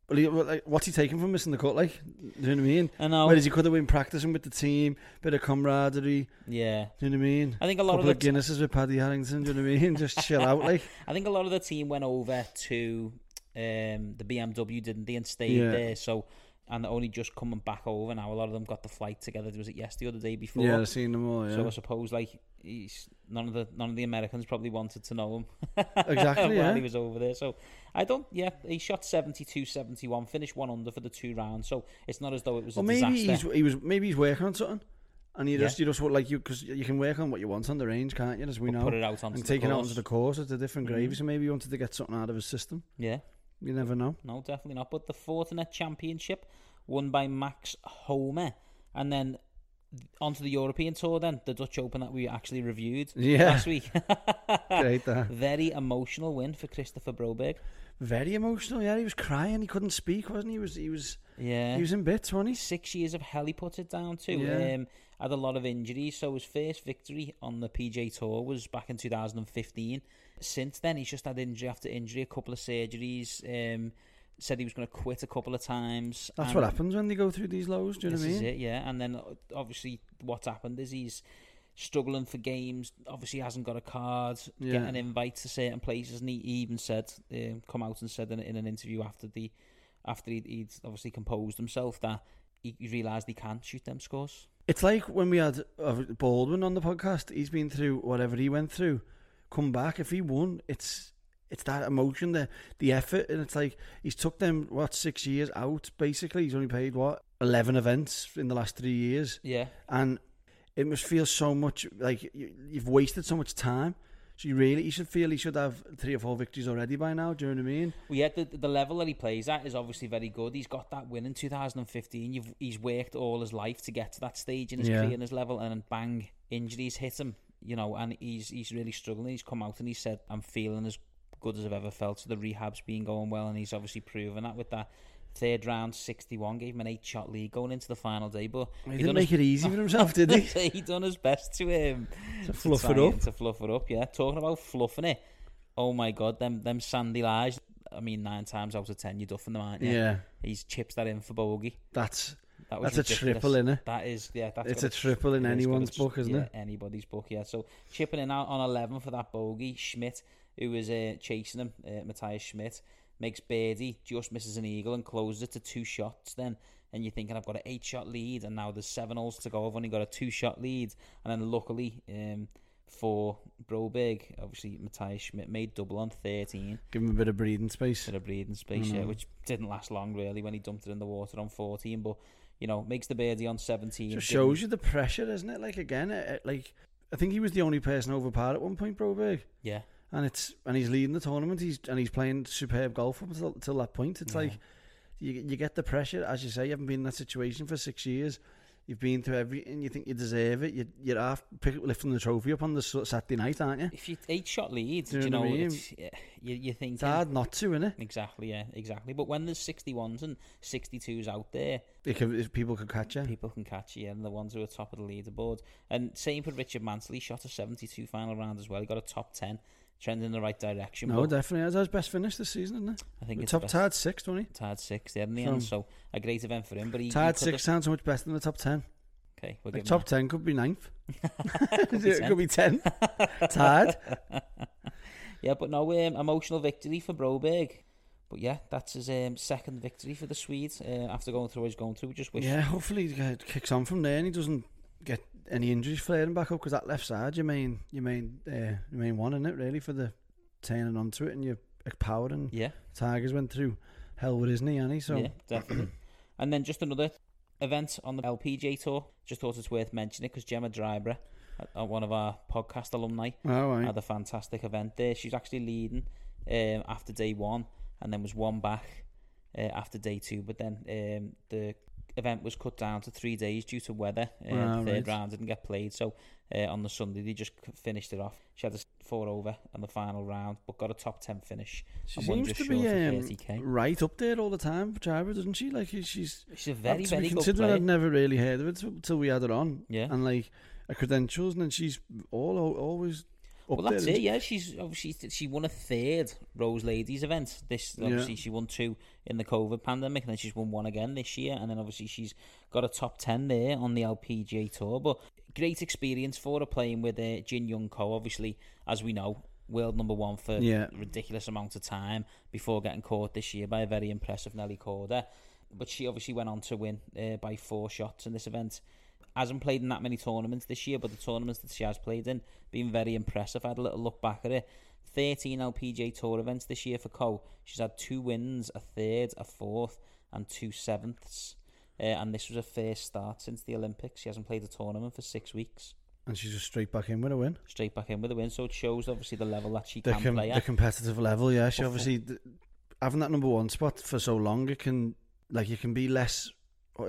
S5: well, he- well, Like, what's he taking from missing the cut? Like, do you know what I mean?
S4: I know.
S5: Whereas he could have been practicing with the team, bit of camaraderie.
S4: Yeah,
S5: Do you know what I mean?
S4: I think a lot
S5: couple
S4: of
S5: of
S4: the t-
S5: Guinnesses with Paddy Harrington. Do you know what I mean? Just chill out, like
S4: I think a lot of the team went over to um, the BMW, didn't they, and stayed
S5: Yeah.
S4: there. So and they're only just coming back over now. A lot of them got the flight together. Was it yesterday or the day before?
S5: Yeah, I've seen them all. Yeah,
S4: So I suppose like he's none of the none of the Americans probably wanted to know him.
S5: Exactly,
S4: while
S5: yeah.
S4: he was over there. So I don't. Yeah, he shot 72-71, finished one under for the two rounds. So it's not as though it was
S5: or
S4: a
S5: maybe he's,
S4: disaster.
S5: he was maybe he's working on something, and you
S4: Yeah.
S5: just you just want like you because you can work on what you want on the range, can't you? As we
S4: But
S5: know,
S4: put it out onto
S5: and
S4: the
S5: taking it out
S4: course. Mm-hmm.
S5: onto the course, it's a different gravy. So maybe he wanted to get something out of his system.
S4: Yeah,
S5: You never know.
S4: no, definitely not. But the Fortinet Championship won by Max Homer, and then onto the European tour. Then the Dutch Open that we actually reviewed
S5: Yeah.
S4: last week.
S5: Great that.
S4: Very emotional win for Christopher Broberg.
S5: Very emotional. Yeah, he was crying. He couldn't speak, wasn't he? he was he was
S4: Yeah.
S5: he was in bits, wasn't he?
S4: six years of hell he put it down to.
S5: Yeah.
S4: Um, had a lot of injuries, so his first victory on the PJ Tour was back in 2015. Since then, he's just had injury after injury, a couple of surgeries. Um, said he was going to quit a couple of times.
S5: That's
S4: and
S5: what happens when they go through these lows. Do you know
S4: This
S5: what I
S4: is
S5: mean?
S4: it, yeah. And then uh, obviously, what's happened is he's struggling for games. Obviously, hasn't got a card,
S5: Yeah.
S4: getting invites to certain places, and he he even said, um, come out and said in, in an interview after the after he'd, he'd obviously composed himself that he, he realised he can't shoot them scores.
S5: It's like when we had uh, Baldwin on the podcast. He's been through whatever he went through. Come back if he won. It's it's that emotion, the the effort, and it's like he's took them what six years out. Basically, he's only played what eleven events in the last three years,
S4: Yeah,
S5: and it must feel so much like you, you've wasted so much time. So you really, you should feel he should have three or four victories already by now. Do you know what I mean?
S4: well, yeah. The, the level that he plays at is obviously very good. He's got that win in 2015. You've, he's worked all his life to get to that stage in his
S5: Yeah.
S4: career and his level, and then bang, injuries hit him. You know, and he's he's really struggling. He's come out and he said, "I'm feeling as good as I've ever felt." So the rehab's been going well, and he's obviously proven that with that. Third round, 61, gave him an eight shot lead going into the final day, but
S5: He,
S4: done his
S5: didn't make it easy for himself, did he?
S4: he done his best to him to
S5: fluff
S4: try
S5: it up.
S4: and- To fluff it up, yeah. Talking about fluffing it. Oh my god, them them sandy lies. I mean, nine times out of ten, you're duffing them, aren't you?
S5: Yeah.
S4: He's chips that in for bogey.
S5: That's
S4: That was
S5: That's a
S4: ridiculous.
S5: triple, innit?
S4: That is, yeah. That's
S5: It's
S4: got
S5: a triple in
S4: it is got
S5: anyone's
S4: tr-
S5: book, isn't
S4: yeah,
S5: it?
S4: Anybody's book, yeah. So chipping in out on 11 for that bogey. Schmidt, who was uh, chasing him, uh, Matthias Schmidt, makes birdie, just misses an eagle and closes it to two shots then. And you're thinking, I've got an eight shot lead, and now there's seven holes to go. I've only got a two shot lead. And then luckily, um, for Broberg, obviously, Matthias Schmidt made double on 13
S5: give him a bit of breathing space.
S4: bit of breathing space,
S5: Mm-hmm.
S4: yeah, which didn't last long really when he dumped it in the water on 14. But you know, makes the birdie on 17.
S5: Just
S4: didn't-
S5: shows you the pressure, isn't it? Like again, it, it- like I think he was the only person over par at one point, Broberg,
S4: yeah,
S5: and it's and he's leading the tournament. He's and he's playing superb golf up until, till that point. It's like you you get the pressure, as you say. You haven't been in that situation for six years. You've been through everything. You think you deserve it. You, you're half pick, lifting the trophy up on the s- Saturday night, aren't you?
S4: if you eight shot lead,
S5: Do you
S4: you
S5: know
S4: know,
S5: what I mean?
S4: it's, yeah, you you think
S5: It's hard not to, innit?
S4: exactly, yeah, exactly. But when there's 61s and 62s out there,
S5: If, if people could catch you,
S4: people can catch you, and the ones who are top of the leaderboard. And same for Richard Mansley, shot a 72 final round as well. He got a top 10, trending in the right direction.
S5: no,
S4: but
S5: definitely. That's his best finish this season, isn't it?
S4: I think
S5: The
S4: it's
S5: top
S4: best-
S5: tied six, don't he?
S4: tied six there in the end, so a great event for him. But he he
S5: Tied
S4: could have-
S5: six sounds so much better than the top ten.
S4: Okay, we're
S5: Like
S4: giving
S5: top
S4: that-
S5: ten could be ninth.
S4: could be
S5: it
S4: 10.
S5: could be ten. Tied.
S4: Yeah, but no um, emotional victory for Broberg. But yeah, that's his um, second victory for the Swedes uh, after going through what he's going through. We just wish.
S5: Yeah, hopefully he get- kicks on from there and he doesn't get any injuries flaring back up because that left side, you mean, you mean, uh, you mean one in it really for the turning onto it and your power and
S4: Yeah,
S5: Tigers went through hell with his knee, and he so
S4: yeah, definitely. and then just another event on the LPJ tour. Just thought it's worth mentioning because Gemma Drybra, uh, one of our podcast alumni,
S5: all right.
S4: had a fantastic event there. She was actually leading um, after day one and then was one back uh, after day two. But then um, the event was cut down to three days due to weather. Uh,
S5: Ah,
S4: the third
S5: right.
S4: round didn't get played. So uh, on the Sunday, they just c- finished it off. She had a s- four over on the final round, but got a top 10 finish.
S5: She
S4: and won
S5: seems
S4: just
S5: to
S4: short
S5: be
S4: of
S5: um,
S4: 30K.
S5: right up there all the time, Driver, doesn't she? Like she- she's
S4: She's a
S5: had
S4: very,
S5: to be
S4: very good
S5: considered.
S4: player.
S5: I'd never really heard of it till, till we had her on.
S4: Yeah.
S5: and like her credentials, and then she's all always up
S4: Well, that's
S5: there.
S4: it. Yeah, she's obviously she won a third Rose Ladies event. This
S5: Yeah.
S4: obviously she won two in the COVID pandemic, and then she's won one again this year, and then obviously she's got a top ten there on the LPGA tour. But great experience for her playing with uh, Jin Young Ko. Obviously, as we know, world number one for
S5: Yeah.
S4: a ridiculous amount of time before getting caught this year by a very impressive Nelly Corder. but she obviously went on to win uh, by four shots in this event. Hasn't played in that many tournaments this year, but the tournaments that she has played in been very impressive. I had a little look back at it. 13 LPGA Tour events this year for Cole. She's had two wins, a third, a fourth, and two sevenths. Uh, and this was her first start since the Olympics. She hasn't played a tournament for six weeks.
S5: and she's just straight back in with a win.
S4: Straight back in with a win, so it shows obviously the level that she
S5: The,
S4: can
S5: com-
S4: play
S5: the
S4: at.
S5: competitive level, yeah. She obviously th- having that number one spot for so long, it can like you can be less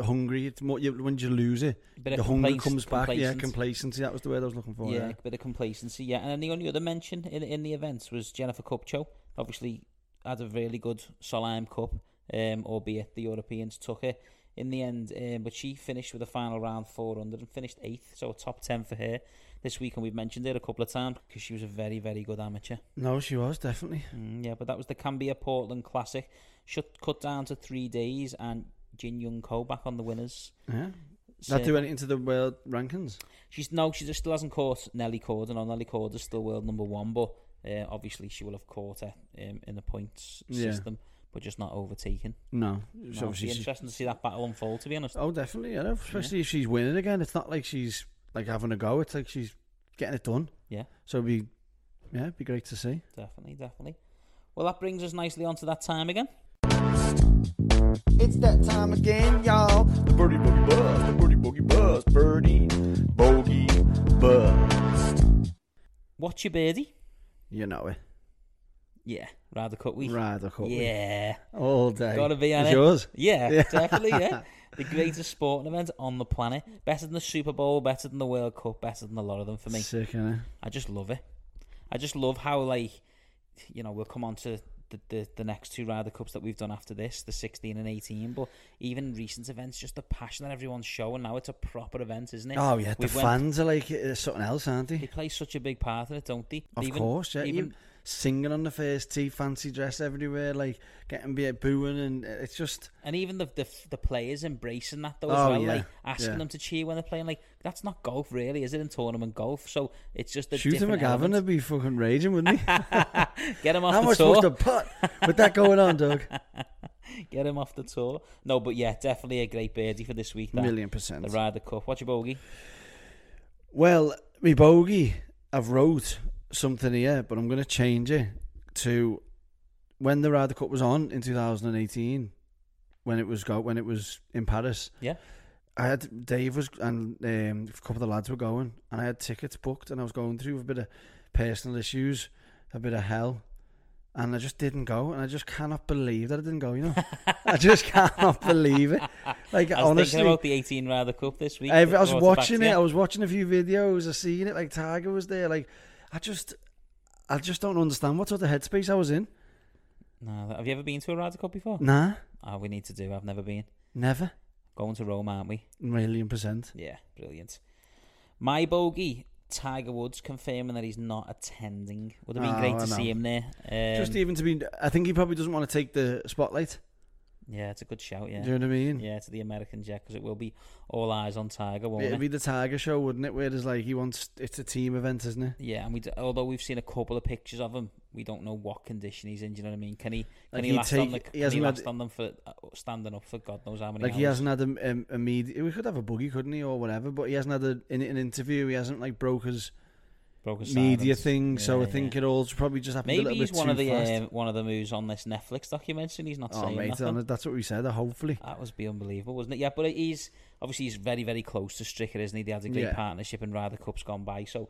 S5: hungry. It's more you, when you lose it,
S4: Bit of
S5: the hunger
S4: complac-
S5: comes back. Yeah,
S4: complacent.
S5: complacency. That was the word I was looking for.
S4: yeah,
S5: Yeah,
S4: a bit of complacency. Yeah, and then the only other mention in in the events was Jennifer Cupcho. Obviously, had a really good Solheim Cup, um, albeit the Europeans took it in the end. Um, but she finished with the final round 400 and finished eighth, so a top 10 for her this week. And we've mentioned it a couple of times because she was a very, very good amateur.
S5: no, she was definitely.
S4: Mm, yeah, but that was the Cambia Portland Classic. Shut cut down to three days, and Jin Young Ko back on the winners.
S5: Yeah,
S4: So-
S5: that do anything to the world rankings.
S4: She's no, she just still hasn't caught Nelly Corder. No, Nelly Corder's still world number one, but uh, obviously she will have caught her um, in the points
S5: Yeah.
S4: system, but just not overtaken.
S5: No, it's
S4: It'll
S5: obviously
S4: be
S5: she's-
S4: interesting to see that battle unfold. To be honest,
S5: Oh, definitely. Yeah, especially if she's winning again. It's not like she's like having a go. It's like she's getting it done.
S4: Yeah.
S5: So it'd be yeah, it'd be great to see.
S4: definitely, definitely. Well, that brings us nicely onto that time again.
S6: It's that time again, y'all. The birdie boogie buzz, the birdie boogie buzz, birdie bogey buzz.
S4: What's your birdie?
S5: You know it.
S4: Yeah, Ryder Cup week.
S5: Rather cool.
S4: Yeah,
S5: All day.
S4: gotta be on
S5: It's
S4: it.
S5: yours.
S4: Yeah,
S5: Yeah.
S4: definitely. Yeah, the greatest sporting event on the planet. Better than the Super Bowl. Better than the World Cup. Better than a lot of them for me.
S5: Sick, innit?
S4: I just love it. I just love how like you know we'll come on to the, the, the next two Ryder Cups that we've done after this, the 16 and 18. But even recent events, just the passion that everyone's showing now, it's a proper event, isn't it?
S5: Oh yeah, the
S4: We've went-
S5: fans are like it's something else, aren't
S4: They
S5: they?
S4: play such a big part in it, don't they?
S5: Of
S4: Even-
S5: course, yeah.
S4: Even
S5: Even singing on the first tee, fancy dress everywhere, like getting bit booing, and uh, it's just
S4: and even the, the the players embracing that though as
S5: Oh,
S4: well,
S5: yeah,
S4: like asking
S5: yeah.
S4: them to cheer when they're playing. Like that's not golf, really, is it? In tournament golf, so it's just a
S5: shooting
S4: different
S5: McGavin
S4: element.
S5: would be fucking raging, wouldn't he?
S4: Get him off
S5: How
S4: the
S5: much
S4: tour.
S5: supposed to putt with that going on, Doug?
S4: Get him off the tour. No, but yeah, definitely a great birdie for this week. That.
S5: Million percent.
S4: The Ryder Cup. What's your bogey?
S5: Well, me bogey, I've wrote something here, but I'm going to change it to when the Ryder Cup was on in 2018, when it was go when it was in Paris.
S4: Yeah.
S5: I had Dave was and um, a couple of the lads were going, and I had tickets booked, and I was going through a bit of personal issues, a bit of hell, and I just didn't go, and I just cannot believe that I didn't go. You know, I just cannot believe it. Like
S4: I was
S5: honestly,
S4: thinking about the 18 Ryder Cup this week.
S5: I, I
S4: Brought
S5: was
S4: it back
S5: watching
S4: to
S5: it.
S4: you.
S5: I was watching a few videos. I seen it. Like Tiger was there. Like I just, I just don't understand what sort of headspace I was in.
S4: No, have you ever been to a Ryder Cup before?
S5: Nah,
S4: Oh, we need to do. I've never been.
S5: never.
S4: Going to Rome, aren't we?
S5: Million percent.
S4: Yeah, brilliant. My bogey, Tiger Woods confirming that he's not attending. Would have been
S5: Oh,
S4: great
S5: I
S4: to
S5: know.
S4: see him there. Um,
S5: just even to be, I think he probably doesn't want to take the spotlight.
S4: yeah, it's a good shout.
S5: Do you
S4: Yeah,
S5: know what I mean?
S4: yeah, to the Americans, yeah, because it will be all eyes on Tiger, won't
S5: It'd
S4: it?
S5: be the Tiger show, wouldn't it? Where there's like he wants, it's a team event, isn't it?
S4: Yeah, and we d- although we've seen a couple of pictures of him, we don't know what condition he's in. Do you know what I mean? Can he can
S5: Like,
S4: he
S5: he'd
S4: last on the,
S5: take- he
S4: can he
S5: hasn't had-
S4: last on them for uh, standing up for God knows how many
S5: Like
S4: hours?
S5: he hasn't had a, um, a media. We could have a boogie, couldn't he, or whatever? But he hasn't had a, in an interview. He hasn't like broke his
S4: Broken
S5: media
S4: silence.
S5: thing. so I
S4: Yeah,
S5: think
S4: yeah.
S5: it all's probably just happened a
S4: maybe
S5: little
S4: he's
S5: bit
S4: one
S5: too
S4: of the
S5: fast.
S4: um, one of the moves on this Netflix documentary. and He's not
S5: oh
S4: saying
S5: mate,
S4: nothing.
S5: hon- that's what we said. uh, Hopefully,
S4: That was be unbelievable, wasn't it? Yeah, but he's obviously he's very very close to Stricker, isn't he? They had a great
S5: Yeah.
S4: partnership, and Ryder Cup's gone by. So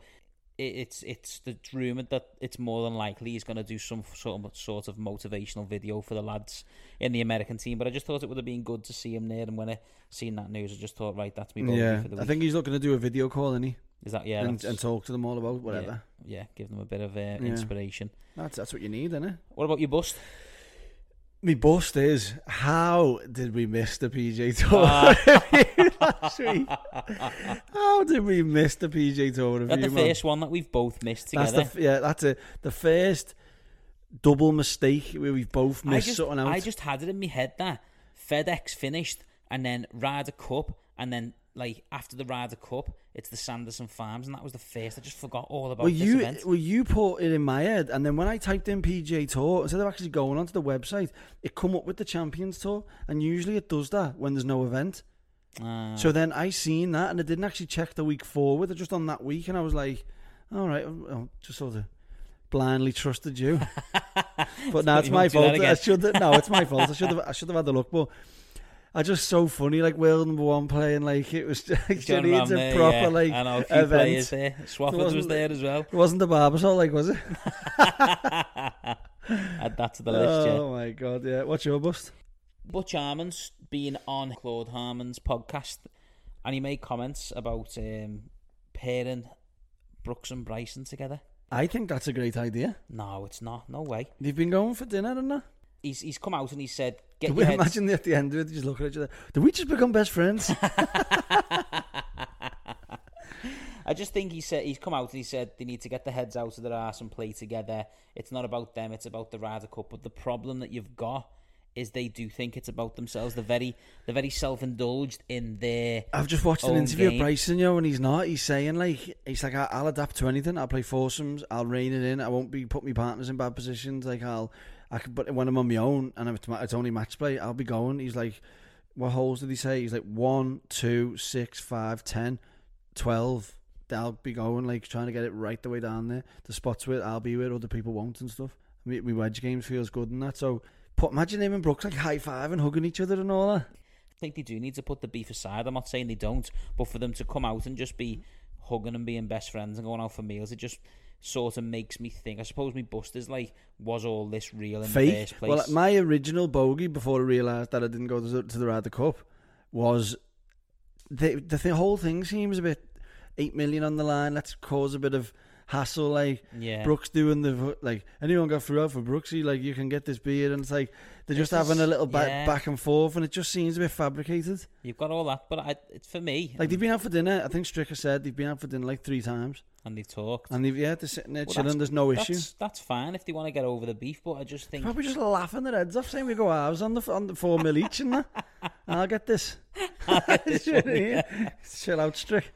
S4: it, it's it's it's rumored that it's more than likely he's going to do some sort of sort of motivational video for the lads in the American team. But I just thought it would have been good to see him there. And when I seen that news, I just thought, right, that's me.
S5: yeah.
S4: for the
S5: I
S4: week.
S5: think he's looking to do a video call, isn't he?
S4: is that yeah,
S5: and,
S4: that's-
S5: and talk to them all about whatever.
S4: yeah, yeah, give them a bit of uh, inspiration.
S5: That's that's what you need, isn't it?
S4: What about your bust?
S5: My bust is how did we miss the PJ Tour
S4: Ah.
S5: review last week? How did we miss the PJ Tour review?
S4: That's the
S5: man?
S4: first one that we've both missed
S5: that's
S4: together.
S5: the f- yeah, that's it. The first double mistake where we've both
S4: I
S5: missed
S4: just,
S5: something out.
S4: I just had it in my head that FedEx finished and then Ryder Cup and then like after the Ryder Cup, it's the Sanderson Farms, and that was the first. I just forgot all about
S5: Well,
S4: this
S5: you
S4: event.
S5: well you put it in my head, and then when I typed in PGA Tour, instead of actually going onto the website, it come up with the Champions Tour, and usually it does that when there's no event.
S4: Ah.
S5: So then I seen that, and I didn't actually check the week forward. I just on that week, and I was like, "All right, I just sort of blindly trusted you." but now it's
S4: you
S5: my
S4: won't do that
S5: fault. I
S4: again.
S5: should have, no, it's my fault. I should have I should have had the look, but. I just so funny, like world number one playing, like it was like
S4: John
S5: Sinead's a
S4: Ramner,
S5: proper
S4: yeah,
S5: like
S4: I know, a few
S5: event.
S4: players there. Swafford was
S5: wasn't-
S4: there as well.
S5: It wasn't the barbershop, like was it?
S4: Add that to the list, yeah.
S5: Oh my god, yeah. What's your bust?
S4: Butch Harmon's been on Claude Harmon's podcast, and he made comments about um, pairing Brooks and Bryson together.
S5: I think that's a great idea.
S4: No, it's not. No way.
S5: They've been going for dinner, haven't they?
S4: He's he's come out and he said, "Get
S5: Can
S4: your
S5: we
S4: heads."
S5: imagine at the end of it, they just look at each other. Did we just become best friends?
S4: I just think he said he's come out and he said they need to get their heads out of their arse and play together. It's not about them; it's about the Ryder Cup. But the problem that you've got is they do think it's about themselves. They're very they're very self indulged in their.
S5: I've just watched an
S4: own
S5: interview
S4: game.
S5: of Bryson, you know, and he's not. He's saying like, he's like, "I- I'll adapt to anything. I'll play foursomes. I'll rein it in. I won't be put my partners in bad positions. Like I'll, I can. But when I'm on my own and it's, ma- it's only match play, I'll be going. He's like, what holes did he say? He's like one, two, six, five, ten, twelve. I'll be going like trying to get it right the way down there. The spots where I'll be where other people won't and stuff. I mean, my wedge game feels good and that. So, put imagine him and Brooks like high five and hugging each other and all that.
S4: I think they do need to put the beef aside. I'm not saying they don't, but for them to come out and just be hugging and being best friends and going out for meals, it just sort of makes me think. I suppose me busters like was all this real in the
S5: fake.
S4: first place?
S5: Well, my original bogey before I realised that I didn't go to the, to the Ryder Cup was the, the thi- whole thing seems a bit eight million on the line. Let's cause a bit of hassle, like
S4: Yeah.
S5: Brooks doing the vo- like anyone got through out for Brooksy, like you can get this beer, and it's like they're just
S4: This
S5: having a
S4: is-
S5: little back
S4: yeah.
S5: back and forth, and it just seems a bit fabricated.
S4: You've got all that, but I, it's for me.
S5: Like they've been out for dinner. I think Stricker said they've been out for dinner like three times,
S4: and they talked.
S5: and they've yeah they're sitting there
S4: Well,
S5: chilling.
S4: that's-
S5: There's no issue.
S4: That's, that's fine if they want to get over the beef, but I just think
S5: Probably just laughing their heads off, saying we go halves on the on the four mil each, and that. I'll get this. Chill out, Strick.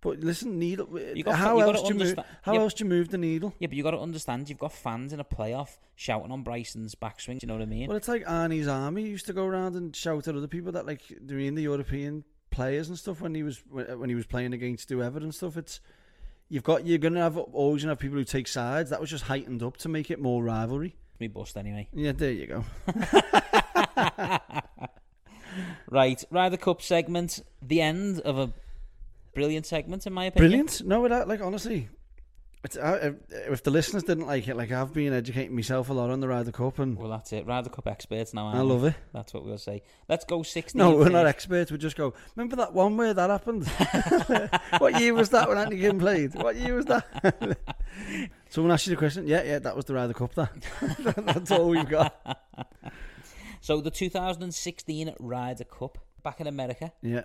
S5: But listen, needle. uh,
S4: got-
S5: how
S4: you gotta
S5: else do you move?
S4: understand-
S5: How
S4: yeah.
S5: else do you move the needle?
S4: yeah, but you got to understand you've got fans in a playoff shouting on Bryson's backswing. Do you know what I mean?
S5: Well, it's like Arnie's army used to go around and shout at other people that like they were in the European players and stuff when he was uh, when when he was playing against whoever and stuff. It's you've got you're gonna have always gonna have people who take sides. That was just heightened up to make it more rivalry.
S4: Me bust anyway.
S5: Yeah, there you go.
S4: Right, Ryder Cup segment, the end of a brilliant segment in my opinion.
S5: Brilliant. No, without like honestly, it's, I, if- if the listeners didn't like it, like I've been educating myself a lot on the Ryder Cup, and
S4: Well, that's it. Ryder Cup experts now.
S5: I
S4: aren't
S5: love
S4: we?
S5: it.
S4: That's what we'll say. Let's go 16.
S5: no, we're not
S4: finish.
S5: experts. We just go. Remember that one where that happened? what year was that when Anthony Kim played? What year was that? Someone asked you the question. Yeah, yeah, that was the Ryder Cup. That. That's all we've got.
S4: So the 2016 Ryder Cup back in America.
S5: Yeah.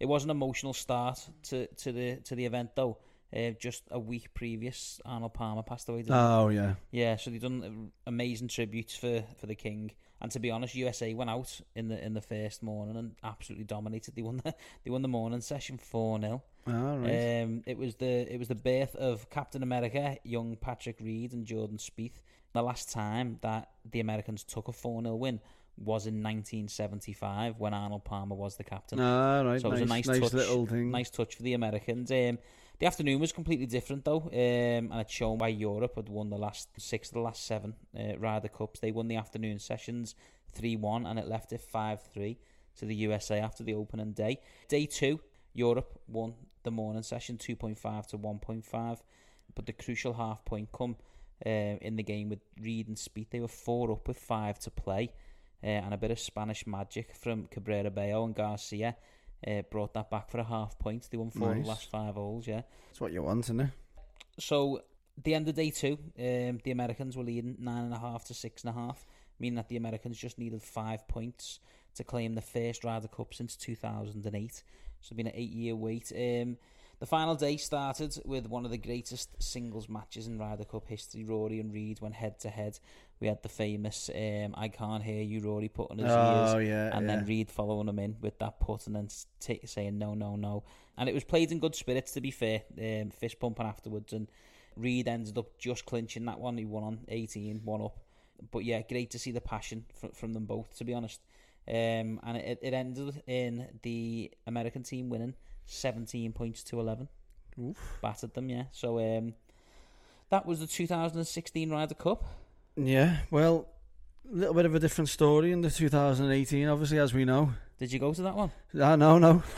S4: It was an emotional start to, to the to the event though. Uh, just a week previous, Arnold Palmer passed away. didn't he?
S5: Oh yeah.
S4: Yeah, so they've done amazing tributes for, for the king. And to be honest, USA went out in the in the first morning and absolutely dominated. They won the they won the morning session four 0
S5: All right.
S4: Um, it was the it was the birth of Captain America, young Patrick Reed and Jordan Spieth. The last time that the Americans took a four 0 win was in 1975 when Arnold Palmer was the captain.
S5: All right.
S4: So
S5: nice,
S4: it was a nice,
S5: nice
S4: touch,
S5: little thing.
S4: Nice touch for the Americans. Um, the afternoon was completely different though, um, and it's shown by Europe had won the last six of the last seven uh, Ryder Cups. They won the afternoon sessions three one, and it left it five three to the USA after the opening day. Day two, Europe won the morning session two point five to one point five, but the crucial half point come. Uh, in the game with Reed and Speed, they were four up with five to play, uh, and a bit of Spanish magic from Cabrera Bayo and Garcia uh, brought that back for a half point. They won four of
S5: Nice.
S4: the last five holes, yeah.
S5: That's what you want, isn't it?
S4: So the end of day two, um, the Americans were leading nine and a half to six and a half, meaning that the Americans just needed five points to claim the first Ryder Cup since 2008. So it's been an eight-year wait. Um, the The final day started with one of the greatest singles matches in Ryder Cup history. Rory and Reed went head to head. We had the famous um, "I can't hear you," Rory put on his
S5: Oh,
S4: ears,
S5: yeah,
S4: and then
S5: yeah.
S4: Reed following him in with that put, and then s- t- saying "no, no, no." And it was played in good spirits, to be fair. Um, fist pumping afterwards, and Reed ended up just clinching that one. He won on 18, one up. But yeah, great to see the passion from, from them both, to be honest. Um, and it, it ended in the American team winning 17 points to 11. Battered them, yeah. So um, that was the 2016 Ryder Cup.
S5: Yeah, well, a little bit of a different story in the 2018, obviously, as we know.
S4: Did you go to that one?
S5: Ah, no, no.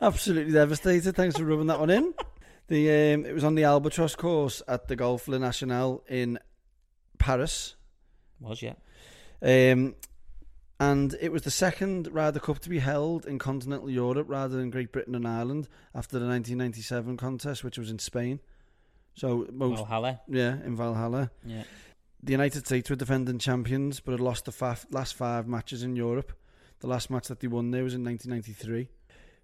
S5: Absolutely devastated. Thanks for rubbing that one in. The um, it was on the Albatross course at the Golf Le National in Paris,
S4: Was, yeah.
S5: um, and it was the second Ryder Cup to be held in continental Europe rather than Great Britain and Ireland after the 1997 contest, which was in Spain. So most
S4: Valhalla.
S5: yeah, in Valhalla.
S4: Yeah.
S5: The United States were defending champions, but had lost the faf- last five matches in Europe. The last match that they won there was in 1993.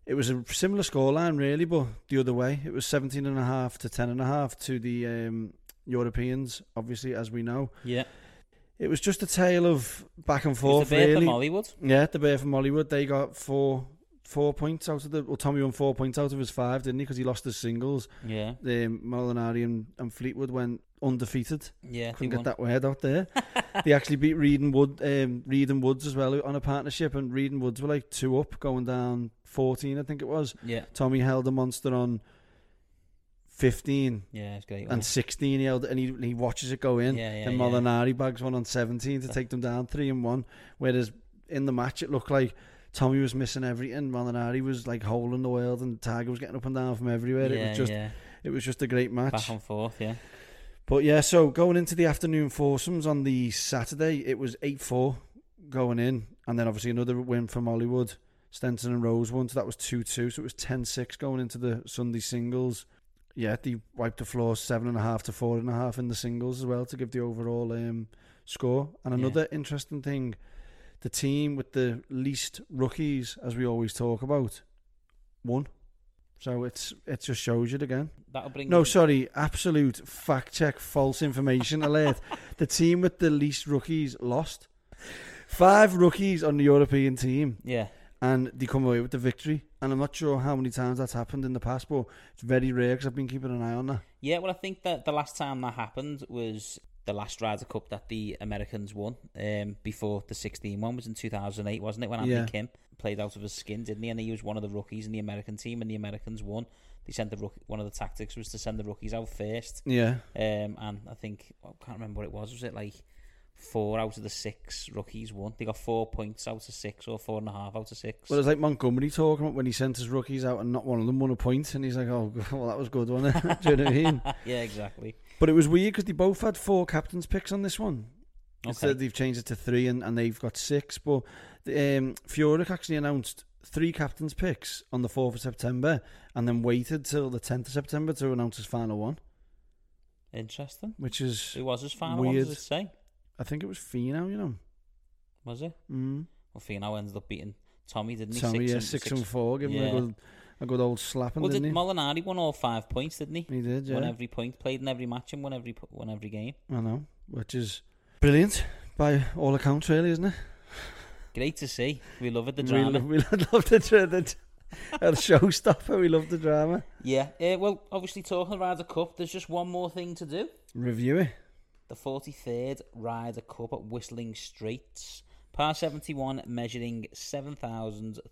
S5: It was a similar scoreline, really, but the other way. It was 17.5 to 10.5 to the um, Europeans, obviously, as we know.
S4: Yeah.
S5: It was just a tale of back and
S4: It was
S5: forth,
S4: the beer
S5: really.
S4: from Hollywood.
S5: Yeah, the bear from Hollywood. They got four four points out of the. Well, Tommy won four points out of his five, didn't he? Because he lost his singles.
S4: Yeah.
S5: Um, Molinari and, and Fleetwood went undefeated.
S4: Yeah.
S5: Couldn't
S4: they
S5: get
S4: won.
S5: that word out there. they actually beat Reed and Wood, um, Reed and Woods as well on a partnership, and Reed and Woods were like two up, going down fourteen, I think it was.
S4: Yeah.
S5: Tommy held a monster on fifteen
S4: Yeah, it's great.
S5: and
S4: wasn't
S5: sixteen. He held, and he, he watches it go in.
S4: Yeah, yeah,
S5: then
S4: yeah.
S5: Molinari bags one on seventeen to take them down three and one. Whereas in the match, it looked like. Tommy was missing everything. Molinari was like holding the world, and Tiger was getting up and down from
S4: it?
S5: everywhere.
S4: yeah,
S5: it was just,
S4: yeah.
S5: it was just a great match.
S4: Back and forth, yeah.
S5: But yeah, so going into the afternoon foursomes on the Saturday, it was 8 4 going in. And then obviously another win from Hollywood. Stenson and Rose won, so that was 2 2. So it was 10 6 going into the Sunday singles. Yeah, they wiped the floor 7.5 to 4.5 in the singles as well to give the overall um, score. And
S4: Yeah.
S5: another interesting thing the team with the least rookies, as we always talk about, won. So it's it just shows it again.
S4: That'll bring
S5: No,
S4: us-
S5: sorry, absolute fact check, false information alert. the team with the least rookies lost. Five rookies on the European team,
S4: Yeah.
S5: and they come away with the victory. And I'm not sure how many times that's happened in the past, but it's very rare because I've been keeping an eye on that.
S4: Yeah, well, I think that the last time that happened was the last Ryder Cup that the Americans won um, before the 16 one was in 2008, wasn't it? When Anthony
S5: Yeah.
S4: Kim played out of his skin, didn't he? And he was one of the rookies in the American team, and the Americans won. They sent the rook- one of the tactics was to send the rookies out first,
S5: Yeah,
S4: um, and I think I can't remember what it was. Was it like four out of the six rookies won? They got four points out of six, or four and a half out of six.
S5: well, it's like Montgomery talking about when he sent his rookies out and not one of them won a point, and he's like, "Oh, well, that was good, wasn't it?" Do you know what I mean?
S4: yeah, exactly.
S5: But it was weird because they both had four captains picks on this one. Instead,
S4: Okay.
S5: they've changed it to three, and, and they've got six. But the, um, Furyk actually announced three captains' picks on the fourth of September, and then waited till the tenth of September to announce his final one,
S4: Interesting.
S5: which is
S4: Who was his final? What does
S5: Weird.
S4: it say?
S5: I think it was Finau, you know.
S4: Was it?
S5: Mm.
S4: Well, Finau ended up beating Tommy, didn't he?
S5: Tommy,
S4: six
S5: yeah,
S4: and,
S5: six, and four, giving him
S4: yeah.
S5: a good, a good old slapping,
S4: Well, did
S5: didn't he?
S4: Molinari won all five points, didn't he?
S5: he did,
S4: Won
S5: yeah.
S4: every point, played in every match, and won every po- won every game.
S5: I know, which is brilliant by all accounts, really, isn't it?
S4: Great to see. We love it, the
S5: We,
S4: drama.
S5: lo- we love the, the, the, the showstopper. We love the drama.
S4: Yeah. Uh, well, obviously, talking about the Cup, there's just one more thing to do.
S5: Review it.
S4: The 43rd Ryder Cup at Whistling Straits. Par 71, measuring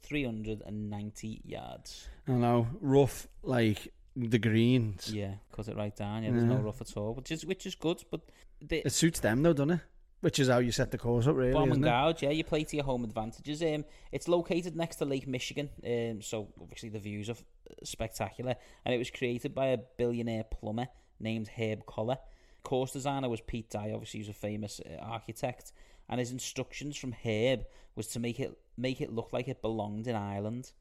S4: 7,390 yards.
S5: I know, rough like the greens.
S4: Yeah, cut it right down. Yeah, there's no rough at all, which is which is good. But the,
S5: It suits them though, doesn't it? Which is how you set the course up, really,
S4: Bomb and
S5: isn't it?
S4: gouge, yeah, you play to your home advantages. Um, it's located next to Lake Michigan, um, so obviously the views are f- spectacular. And it was created by a billionaire plumber named Herb Collar. Course designer was Pete Dye, obviously he's a famous uh, architect. And his instructions from Herb was to make it make it look like it belonged in Ireland.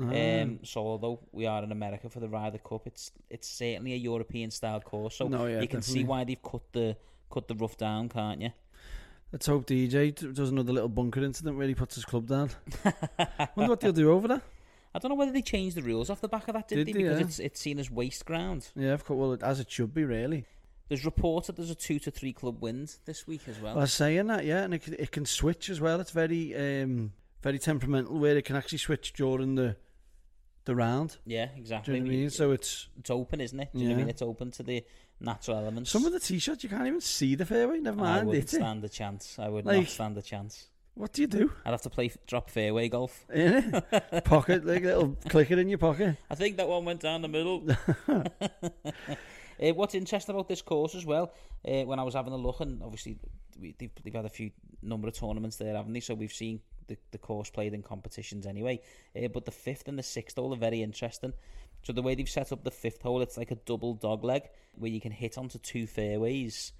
S5: Ah.
S4: Um, so although we are in America for the Ryder Cup, it's it's certainly a European style course. So
S5: No, yeah,
S4: you can see
S5: definitely.
S4: why they've cut the cut the rough down, can't you?
S5: Let's hope DJ t- does another little bunker incident where he puts his club down. Wonder what they'll do over there.
S4: I don't know whether they changed the rules off the back of that, did,
S5: Did
S4: they?
S5: they,
S4: Because
S5: yeah.
S4: it's it's seen as waste ground.
S5: Yeah, of course. Well, it- as it should be, really.
S4: There's reports that there's a two to three club wins this week as well.
S5: I was saying that, yeah, and it can, it can switch as well. It's very, um, very temperamental where it can actually switch during the the round.
S4: yeah,
S5: Do you
S4: exactly.
S5: know what I mean? So it's
S4: It's open, isn't it? Do you know what I
S5: Yeah.
S4: mean? It's open to the natural elements.
S5: some of the t-shirts you can't even see the fairway. Never
S4: I
S5: mind,
S4: wouldn't
S5: it.
S4: stand a chance. I would not
S5: Like-
S4: stand a chance.
S5: What do you do?
S4: I'd have to play f- drop fairway golf.
S5: Innit? pocket, like little clicker in your pocket.
S4: I think that one went down the middle. Uh, what's interesting about this course as well, uh, when I was having a look, and obviously we, they've, they've had a few number of tournaments there, haven't they? So we've seen the, the course played in competitions anyway. Uh, but the fifth and the sixth hole are very interesting. So the way they've set up the fifth hole, it's like a double dog leg where you can hit onto two fairways.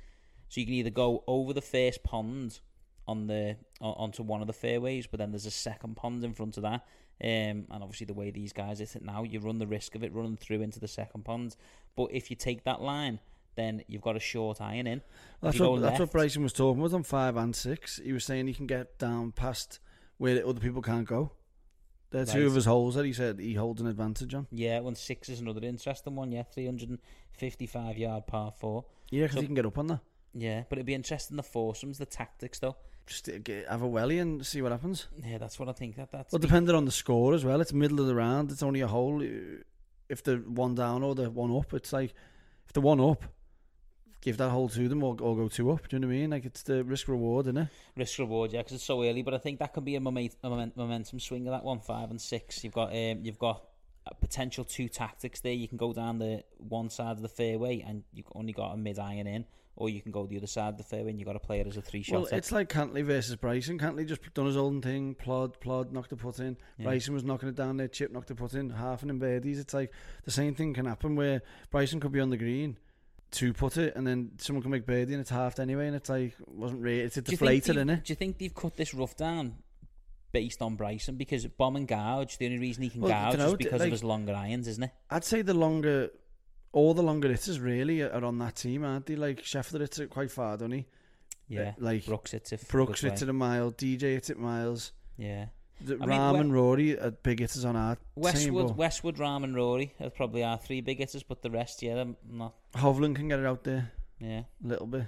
S4: So you can either go over the first pond on the o- onto one of the fairways, but then there's a second pond in front of that. Um, and obviously the way these guys hit it now, you run the risk of it running through into the second pond. But if you take that line, then you've got a short iron in.
S5: That's
S4: you go
S5: what, that's what
S4: left-
S5: Bryson was talking about on five and six. He was saying he can get down past where other people can't go. They're two
S4: Right.
S5: of his holes that he said he holds an advantage on.
S4: Yeah, one six is another interesting one. Yeah, three hundred and fifty-five yard par four.
S5: Yeah, because he can get up on that.
S4: Yeah, but it'd be interesting the foursomes, the tactics though.
S5: Just uh, get, have a welly and see what happens.
S4: Yeah, that's what I think. That that's
S5: Well, depending on the score as well. It's middle of the round. It's only a hole. Uh, If the one down or the one up, it's like if the one up, give that hole to them or, or go two up. Do you know what I mean? Like it's the risk reward, isn't it?
S4: risk reward, yeah, because it's so early. But I think that can be a, moment, a moment, momentum swing of that one five and six. You've got um, you've got a potential two tactics there. You can go down the one side of the fairway and you've only got a mid iron in, or you can go the other side of the fairway and you've got to play it as a three shot.
S5: Well, it's like Cantley versus Bryson. Cantley just done his own thing, plod, plod, knocked the putt in. Bryson was knocking it down there, chip knocked the putt in, half and in birdies. It's like the same thing can happen where Bryson could be on the green, two putt it, and then someone can make birdie and it's half anyway, and it's like wasn't really it's a
S4: Do you think
S5: deflated,
S4: they've-
S5: innit?
S4: Do you think they've cut this rough down based on Bryson? Because bomb and gouge, the only reason he can
S5: Well,
S4: gouge
S5: dunno,
S4: is
S5: d-
S4: because of
S5: like-
S4: his longer irons, isn't it?
S5: I'd say the longer, all the longer hitters really are on that team, aren't they? Like Scheffler hits it quite far, don't he?
S4: Yeah,
S5: like,
S4: Brooks hits it.
S5: Brooks
S4: good
S5: hits
S4: way.
S5: it a mile, DJ hits it miles.
S4: Yeah.
S5: The,
S4: mean,
S5: Rahm
S4: Wes-
S5: and Rory are big hitters on our team.
S4: Westwood,
S5: but
S4: Westwood, Rahm, and Rory are probably our three big hitters, but the rest, yeah, I'm not.
S5: Hovland can get it out there
S4: Yeah.
S5: a little bit.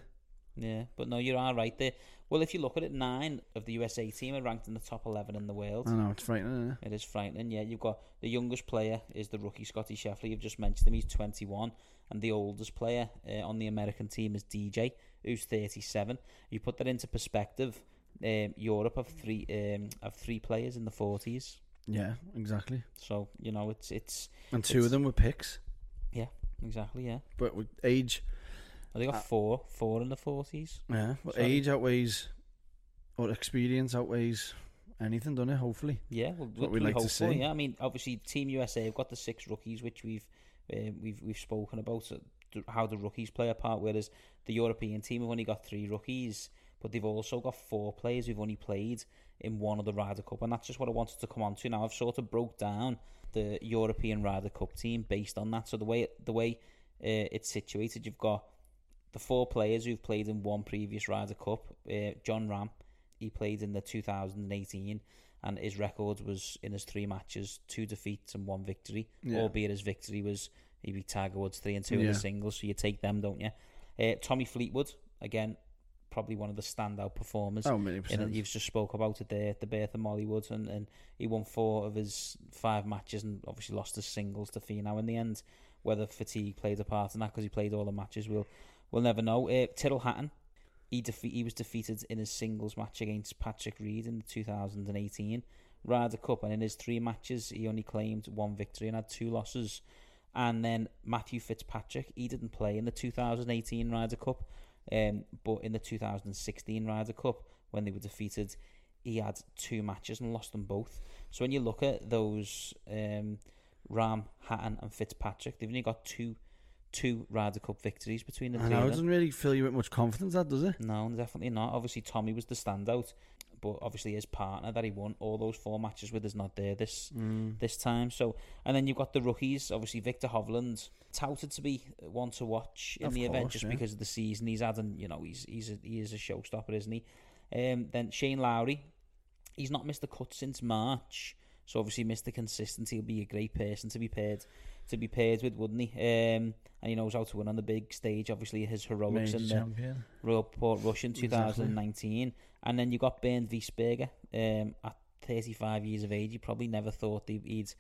S4: Yeah, but no, you are right there. Well, if you look at it, nine of the USA team are ranked in the top 11 in the world.
S5: I know it's frightening. Isn't it?
S4: It is frightening. Yeah, you've got the youngest player is the rookie Scotty Scheffler. You've just mentioned him. He's 21, and the oldest player uh, on the American team is DJ, who's 37. You put that into perspective. Um, Europe have three um, have three players in the 40s.
S5: Yeah, exactly.
S4: So you know it's it's
S5: And two
S4: It's-
S5: of them were picks,
S4: yeah exactly yeah.
S5: but with age,
S4: Have they got four four in the 40s?
S5: yeah, but
S4: Sorry.
S5: age outweighs or experience outweighs anything, doesn't it? Hopefully,
S4: Yeah, well,
S5: what
S4: we
S5: we
S4: like
S5: like to
S4: hopeful.
S5: see.
S4: Yeah, I mean, obviously, Team USA have got the six rookies, which we've um, we've we've spoken about uh, th- how the rookies play a part. Whereas the European team have only got three rookies, but they've also got four players who've only played in one of the Ryder Cup, and that's just what I wanted to come on to. Now I've sort of broke down the European Ryder Cup team based on that. So the way it- the way uh, it's situated, you've got the four players who've played in one previous Ryder Cup, uh, John Ram, he played in the 2018, and his record was in his three matches, two defeats and one victory. Albeit his victory was he beat Tiger Woods three and two in
S5: Yeah.
S4: the singles, so you take them, don't you? Uh, Tommy Fleetwood again, probably one of the standout performers.
S5: Oh, a million
S4: And
S5: percent.
S4: you've just spoke about it there, the birth of Molly Woods, and, and he won four of his five matches and obviously lost his singles to Finau in the end. Whether fatigue played a part in that because he played all the matches, we'll we'll never know. Uh, Tyrrell Hatton, he defe- he was defeated in his singles match against Patrick Reed in the 2018 Ryder Cup, and in his three matches he only claimed one victory and had two losses. And then Matthew Fitzpatrick, he didn't play in the 2018 Ryder Cup, um, but in the 2016 Ryder Cup when they were defeated, he had two matches and lost them both. So when you look at those um, Ram, Hatton, and Fitzpatrick, they've only got two two Ryder Cup victories between the
S5: I
S4: three. of
S5: know it
S4: them.
S5: doesn't really fill you with much confidence, that does it?
S4: No, definitely not. Obviously, Tommy was the standout, but obviously his partner that he won all those four matches with is not there this
S5: Mm.
S4: this time. So, and then you've got the rookies. Obviously, Victor Hovland touted to be one to watch in
S5: Of
S4: the event
S5: course,
S4: just
S5: yeah.
S4: because of the season he's had, and you know he's he's a, he is a showstopper, isn't he? Um, then Shane Lowry, he's not missed the cut since March. So obviously, Mr. Consistency will be a great person to be paired to be paired with, wouldn't he? Um, and he knows how to win on the big stage. Obviously, his heroics
S5: Major
S4: in the
S5: champion.
S4: Royal Port Rush in 2019, and then you got Bernd Wiesberger um, at 35 years of age. You probably never thought he'd he'd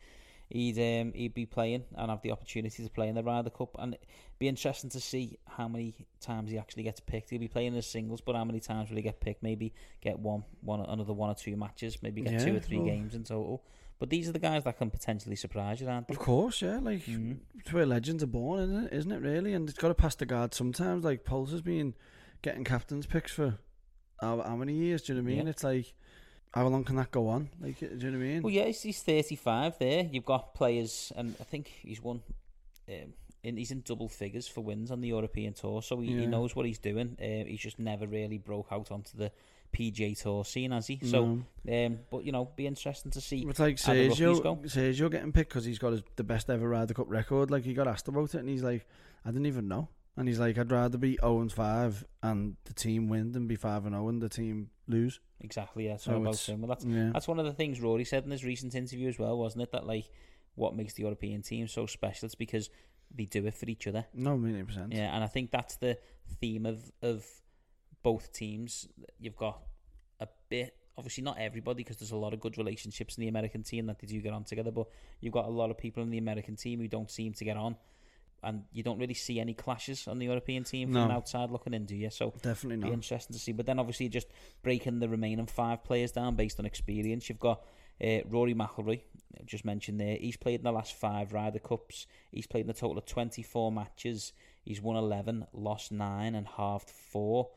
S4: he'd, um, he'd be playing and have the opportunity to play in the Ryder Cup, and it'd be interesting to see how many times he actually gets picked. He'll be playing as singles, but how many times will he get picked? Maybe get one, one another one or two matches, maybe get two
S5: Yeah,
S4: or three
S5: well-
S4: games in total. But these are the guys that can potentially surprise you, aren't they?
S5: Of course, yeah. Like it's where legends are born, isn't it? Isn't it really? And it's got to pass the guard sometimes. Like Pulse has been getting captain's picks for how, how many years? Do you know what I mean?
S4: Yeah.
S5: It's like how long can that go on? Like, do you know what I mean?
S4: Well, yeah, he's, he's 35 there. You've got players, and I think he's won. Um, in, he's in double figures for wins on the European Tour, so he, he
S5: Yeah.
S4: knows what he's doing. Um, he's just never really broke out onto the PJ Tour scene, has he? So, um, but you know, be interesting to see.
S5: But like
S4: how the rookies
S5: Sergio,
S4: go.
S5: Sergio getting picked because he's got his, the best ever Ryder Cup record. Like he got asked about it, and he's like, I didn't even know. And he's like, I'd rather be zero and five and the team win than be five and zero and the team lose.
S4: Exactly, yeah. So
S5: So
S4: about
S5: it's-
S4: him. Well, that's
S5: yeah.
S4: that's one of the things Rory said in his recent interview as well, wasn't it? That like, what makes the European team so special is because they do it for each other.
S5: No, million percent.
S4: Yeah, and I think that's the theme of of both teams. You've got a bit, obviously not everybody, because there's a lot of good relationships in the American team that they do get on together. But you've got a lot of people in the American team who don't seem to get on, and you don't really see any clashes on the European team from
S5: No.
S4: an outside looking in, do you? So
S5: Definitely
S4: be
S5: not.
S4: interesting to see. But then obviously just breaking the remaining five players down based on experience. You've got uh, Rory McIlroy, I've just mentioned there. He's played in the last five Ryder Cups. He's played in a total of 24 matches. He's won 11, lost 9 and halved 4.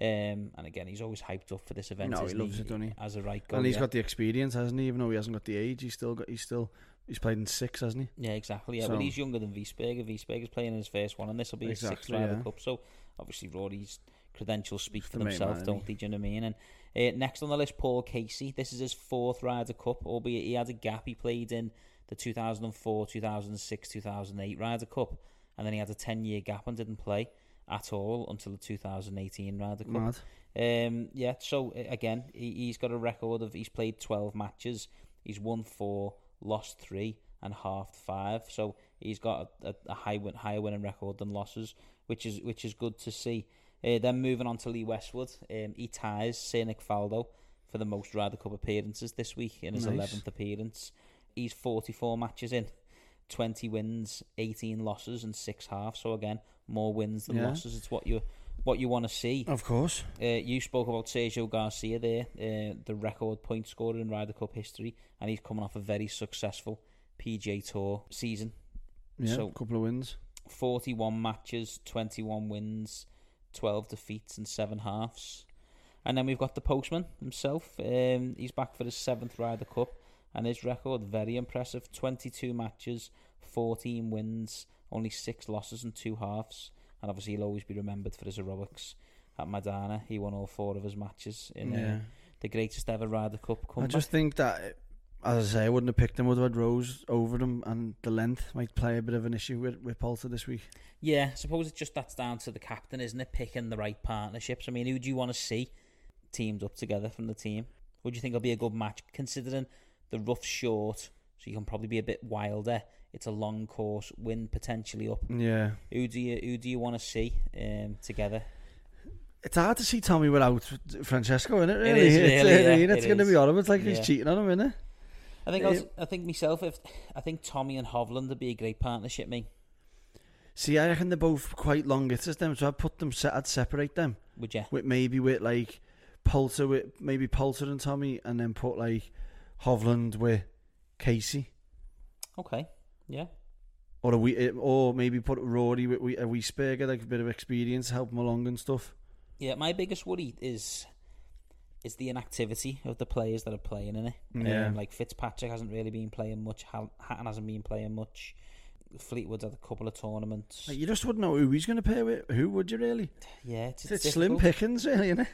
S4: Um, and again, he's always hyped up for this event.
S5: No, he
S4: isn't
S5: loves it, doesn't he?
S4: As a right goal,
S5: And he's
S4: Oh, yeah.
S5: got the experience, hasn't he? Even though he hasn't got the age, he's still got. He's still. He's played in six, hasn't he?
S4: Yeah, exactly. Yeah, well,
S5: So-
S4: he's younger than Wiesberger. Wiesberger's playing his first one, and this will be his sixth
S5: Exactly,
S4: Ryder
S5: yeah.
S4: Cup. So obviously, Rory's credentials speak for
S5: the main
S4: themselves,
S5: man,
S4: don't they? Do you know what I mean? And uh, next on the list, Paul Casey. This is his fourth Ryder Cup, albeit he had a gap. He played in the 2004, 2006, 2008 Ryder Cup, and then he had a 10 year gap and didn't play at all until the 2018 Ryder Cup.
S5: Mad.
S4: Um, yeah, so uh, again, he, he's got a record of he's played 12 matches, he's won four, lost three, and halved five. So he's got a, a, a high win, higher winning record than losses, which is which is good to see. Uh, then moving on to Lee Westwood, um, he ties Cynic Faldo for the most Ryder Cup appearances this week in his
S5: Nice.
S4: 11th appearance. He's 44 matches in. 20 wins, 18 losses and 6 halves. So again, more wins than
S5: Yeah.
S4: losses. It's what you what you want to see.
S5: Of course.
S4: Uh, you spoke about Sergio Garcia there, uh, the record point scorer in Ryder Cup history, and he's coming off a very successful PJ Tour season.
S5: Yeah.
S4: So-
S5: a couple of wins.
S4: 41 matches, 21 wins, 12 defeats, and 7 halves. And then we've got the postman himself. Um, he's back for his seventh Ryder Cup, and his record very impressive 22 matches, 14 wins, only 6 losses, and 2 halves. And obviously, he'll always be remembered for his heroics at Madana. He won all four of his matches in uh,
S5: Yeah.
S4: the greatest ever Ryder Cup
S5: I
S4: comeback.
S5: just think that, as I say, I wouldn't have picked him. Would have had Rose over him, and the length might play a bit of an issue with with Poulter this week.
S4: Yeah, I suppose it's just that's down to the captain, isn't it? Picking the right partnerships. I mean, who do you want to see teamed up together from the team? Who do you think will be a good match, considering the rough short, so you can probably be a bit wilder. It's a long course, win potentially up.
S5: Yeah.
S4: Who do you who do you want to see um, together?
S5: It's hard to see Tommy without Francesco, isn't it? Really,
S4: is
S5: it's, uh,
S4: really, yeah,
S5: it's
S4: it
S5: going to
S4: is.
S5: be horrible. It's like
S4: Yeah.
S5: he's cheating on him, isn't it?
S4: I think
S5: Yeah.
S4: I, was, I think myself. If I think Tommy and Hovland would be a great partnership, me.
S5: See, I reckon they're both quite long hitters. Them, so I'd put them. se- I'd separate them.
S4: Would you?
S5: with maybe with like Poulter with maybe Poulter and Tommy, and then put like Hovland with Casey,
S4: Okay. Yeah.
S5: or a we or maybe put Rory with we a Wiesberger, like a bit of experience, help him along and stuff.
S4: Yeah, my biggest worry is is the inactivity of the players that are playing in it.
S5: Yeah.
S4: Um, like Fitzpatrick hasn't really been playing much. Hal- Hatton hasn't been playing much. Fleetwood's had a couple of tournaments.
S5: Like, you just wouldn't know who he's going to pair with. Who would you really?
S4: yeah, it's,
S5: It's,
S4: it's
S5: slim
S4: difficult.
S5: pickings, really, isn't it?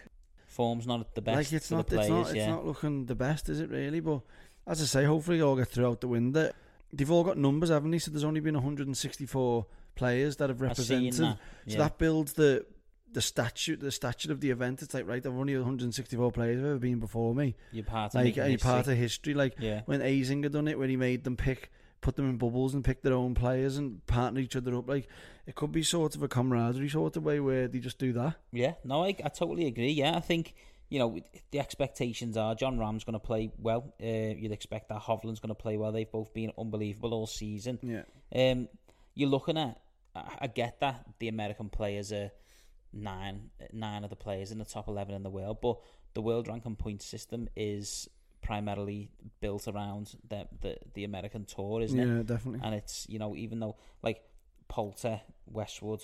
S4: Form's not at the best
S5: like it's
S4: for
S5: not,
S4: the players.
S5: it's not,
S4: yeah,
S5: it's not looking the best, is it really? But as I say, hopefully they all get through out the window. They've all got numbers, haven't they? So there's only been 164 players that have
S4: I've seen
S5: represented.
S4: that,
S5: So
S4: yeah.
S5: that builds the the statute, the statute of the event. It's like right, there were only 164 players have ever been before me.
S4: You're part of
S5: like
S4: making
S5: any
S4: history.
S5: part of history. Like
S4: Yeah.
S5: when Azinger done it, when he made them pick, put them in bubbles and pick their own players and partner each other up. Like it could be sort of a camaraderie sort of way where they just do that.
S4: Yeah, no, I, I totally agree. Yeah, I think you know the expectations are John Ram's going to play well. Uh, you'd expect that Hovland's going to play well. They've both been unbelievable all season.
S5: Yeah.
S4: Um, you're looking at. I, I get that the American players are nine nine of the players in the top eleven in the world, but the world rank and point system is primarily built around the the, the American tour, isn't it?
S5: Yeah, definitely.
S4: And it's you know even though like Poulter, Westwood,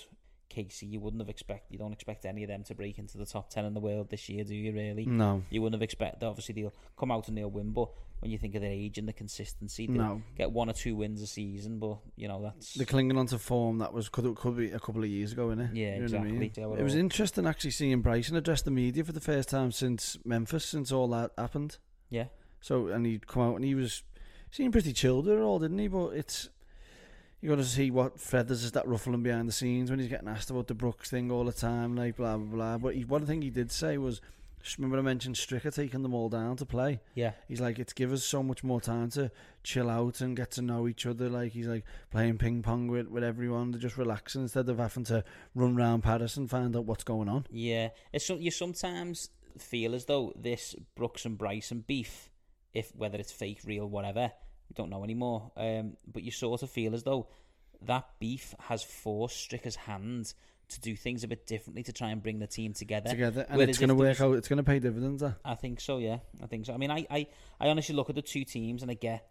S4: Casey, you wouldn't have expect you don't expect any of them to break into the top ten in the world this year, do you? Really?
S5: No.
S4: You wouldn't have expected. Obviously, they'll come out and they'll win, but when you think of their age and the consistency, they'll
S5: No.
S4: get one or two wins a season. But you know that's
S5: They're clinging on to form that was could could be a couple of years ago, innit?
S4: Yeah,
S5: you know What I mean?
S4: exactly. Yeah, we're
S5: It was
S4: all-
S5: interesting actually seeing Bryson address the media for the first time since Memphis, since all that happened.
S4: yeah,
S5: So and he'd come out and he was seemed pretty chilled at all, didn't he? But it's you got to see what feathers is that ruffling behind the scenes when he's getting asked about the Brooks thing all the time, like blah blah blah. But he, one thing he did say was, remember I mentioned Stricker taking them all down to play.
S4: yeah,
S5: He's like, it's give us so much more time to chill out and get to know each other. Like he's like playing ping pong with, with everyone, they're just relaxing instead of having to run round Paris and find out what's going on.
S4: yeah. It's so- you sometimes feel as though this Brooks and Bryson beef, if whether it's fake, real, whatever, we don't know anymore. Um, but you sort of feel as though that beef has forced Stricker's hand to do things a bit differently to try and bring the team together.
S5: Together, and
S4: Whereas
S5: it's going to
S4: if there
S5: work
S4: was-
S5: out. It's going to pay dividends. eh? That.
S4: I think so, yeah. I think so. I mean, I, I, I honestly look at the two teams and I get,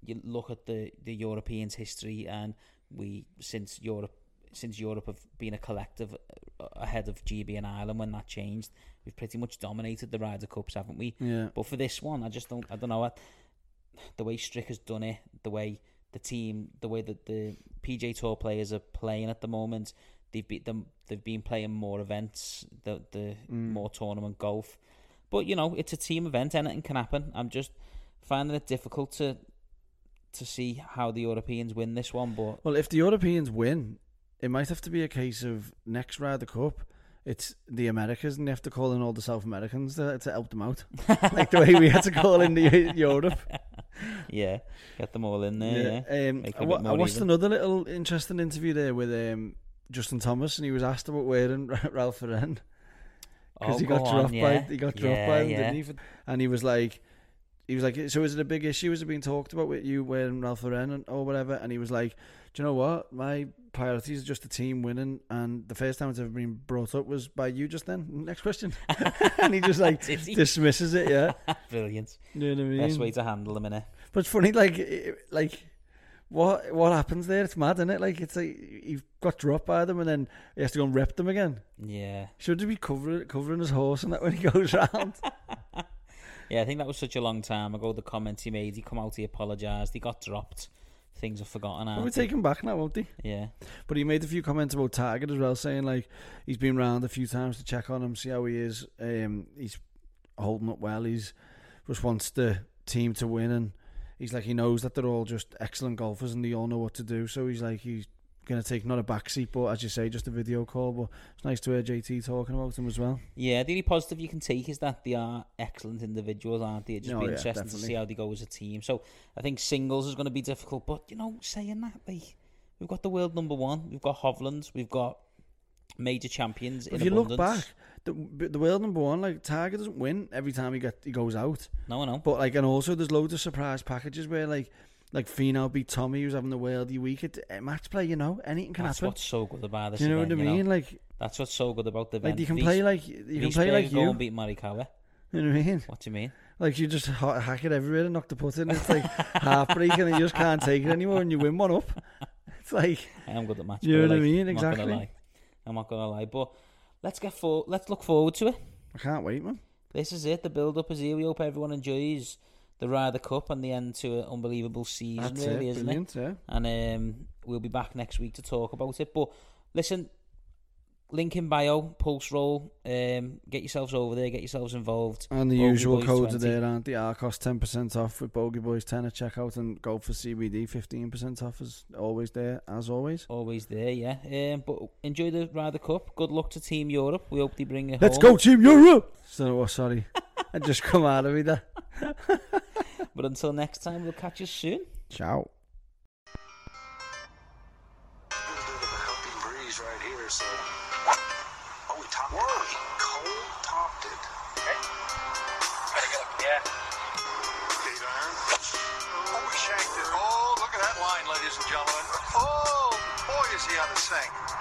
S4: you look at the, the Europeans' history and we, since Europe, since Europe have been a collective uh, ahead of GB and Ireland when that changed, we've pretty much dominated the Ryder Cups, haven't we?
S5: Yeah.
S4: But for this one, I just don't, I don't know. I, the way Strick has done it, the way the team, the way that the PJ Tour players are playing at the moment, they've beat them. They've been playing more events, the the
S5: Mm.
S4: more tournament golf. But you know, it's a team event. Anything can happen. I'm just finding it difficult to to see how the Europeans win this one. But
S5: Well, if the Europeans win, it might have to be a case of next Ryder Cup. It's the Americas, and they have to call in all the South Americans to, to help them out, like the way we had to call in the, Europe.
S4: yeah, get them all in there. Yeah.
S5: Um,
S4: Make it
S5: I,
S4: a
S5: wa-
S4: bit
S5: I
S4: more
S5: watched
S4: even.
S5: another little interesting interview there with um, Justin Thomas, and he was asked about wearing Ralph Lauren because
S4: Oh,
S5: he got
S4: go on,
S5: dropped
S4: yeah.
S5: by he got dropped
S4: Yeah,
S5: by him,
S4: yeah.
S5: didn't he? For- And he was like, he was like, so is it a big issue? Is it being talked about with you wearing Ralph Lauren and or whatever? And he was like, do you know what? My priorities are just the team winning, and the first time it's ever been brought up was by you just then. Next question, and he just like
S4: Did he?
S5: dismisses it. Yeah,
S4: Brilliant.
S5: you know what I mean.
S4: Best way to handle them, innit?
S5: But it's funny, like, it- like what what happens there? It's mad, isn't it? Like, it's like he got dropped by them, and then he has to go and rep them again.
S4: Yeah.
S5: Should he be covering covering his horse and that when he goes round?
S4: Yeah, I think that was such a long time ago. The comment he made, he come out, he apologised, he got dropped. Things are forgotten.
S5: We'll
S4: aren't
S5: take him back now, won't he?
S4: they? Yeah,
S5: But he made a few comments about Target as well, saying like he's been round a few times to check on him, see how he is. Um, he's holding up well. He's just wants the team to win, and he's like he knows that they're all just excellent golfers and they all know what to do. So he's like he's gonna take not a backseat, but as you say, just a video call. But it's nice to hear JT talking about him as well.
S4: yeah. The only positive you can take is that they are excellent individuals, aren't they? It'd just
S5: No,
S4: be
S5: yeah,
S4: interesting to
S5: definitely.
S4: see how they go as a team. So I think singles is going to be difficult, but you know, saying that, like we've got the world number one, we've got Hovland, we've got major champions.
S5: If
S4: in
S5: you
S4: abundance.
S5: look back, the the world number one, like Target doesn't win every time he get he goes out.
S4: no, I know.
S5: But like, and also there's loads of surprise packages where like, like Finau beat Tommy who's having the worldie week. It uh, match play, you know, anything can
S4: That's
S5: happen.
S4: what's so good about this.
S5: Do you know
S4: event,
S5: what I mean? Like,
S4: That's what's so good about the event.
S5: like you can
S4: Vis-
S5: play like you can play
S4: Visberg
S5: like
S4: go
S5: you.
S4: and beat Marikawa.
S5: you know what I mean?
S4: What do you mean?
S5: Like you just ha- hack it everywhere and knock the putt in. It's like heartbreaking and you just can't take it anymore. And you win one up. It's like
S4: I am good at match.
S5: You know
S4: play,
S5: what I
S4: like,
S5: mean?
S4: I'm not gonna
S5: Exactly.
S4: lie. I'm not gonna lie, but let's get for let's look forward to it.
S5: I can't wait, man.
S4: This is it. The build up is here. We hope everyone enjoys the Ryder Cup and the end to an unbelievable season,
S5: That's
S4: really,
S5: it.
S4: is isn't
S5: Brilliant, yeah.
S4: it? And um, we'll be back next week to talk about it. But listen, link in bio, pulse roll. Um, get yourselves over there, get yourselves involved.
S5: And the
S4: Bogey
S5: usual
S4: Boys
S5: codes are
S4: 20.
S5: there, aren't they? Are cost 10% off with Bogey Boys 10 at checkout and go for CBD 15% off is always there, as always.
S4: Always there, yeah. Um, but enjoy the Ryder Cup. Good luck to Team Europe. We hope they bring it
S5: Let's
S4: home.
S5: go, Team Europe! So, oh, sorry. I just come out of me there.
S4: But until next time, we'll catch you soon.
S5: Ciao.
S1: A bit of a helping breeze right here, so. Oh, we topped it. He cold topped it.
S2: Better get up in the air.
S3: Eight iron. Oh, he shanked it. Oh, look at that line, ladies and gentlemen. Oh, boy, is he out of sync.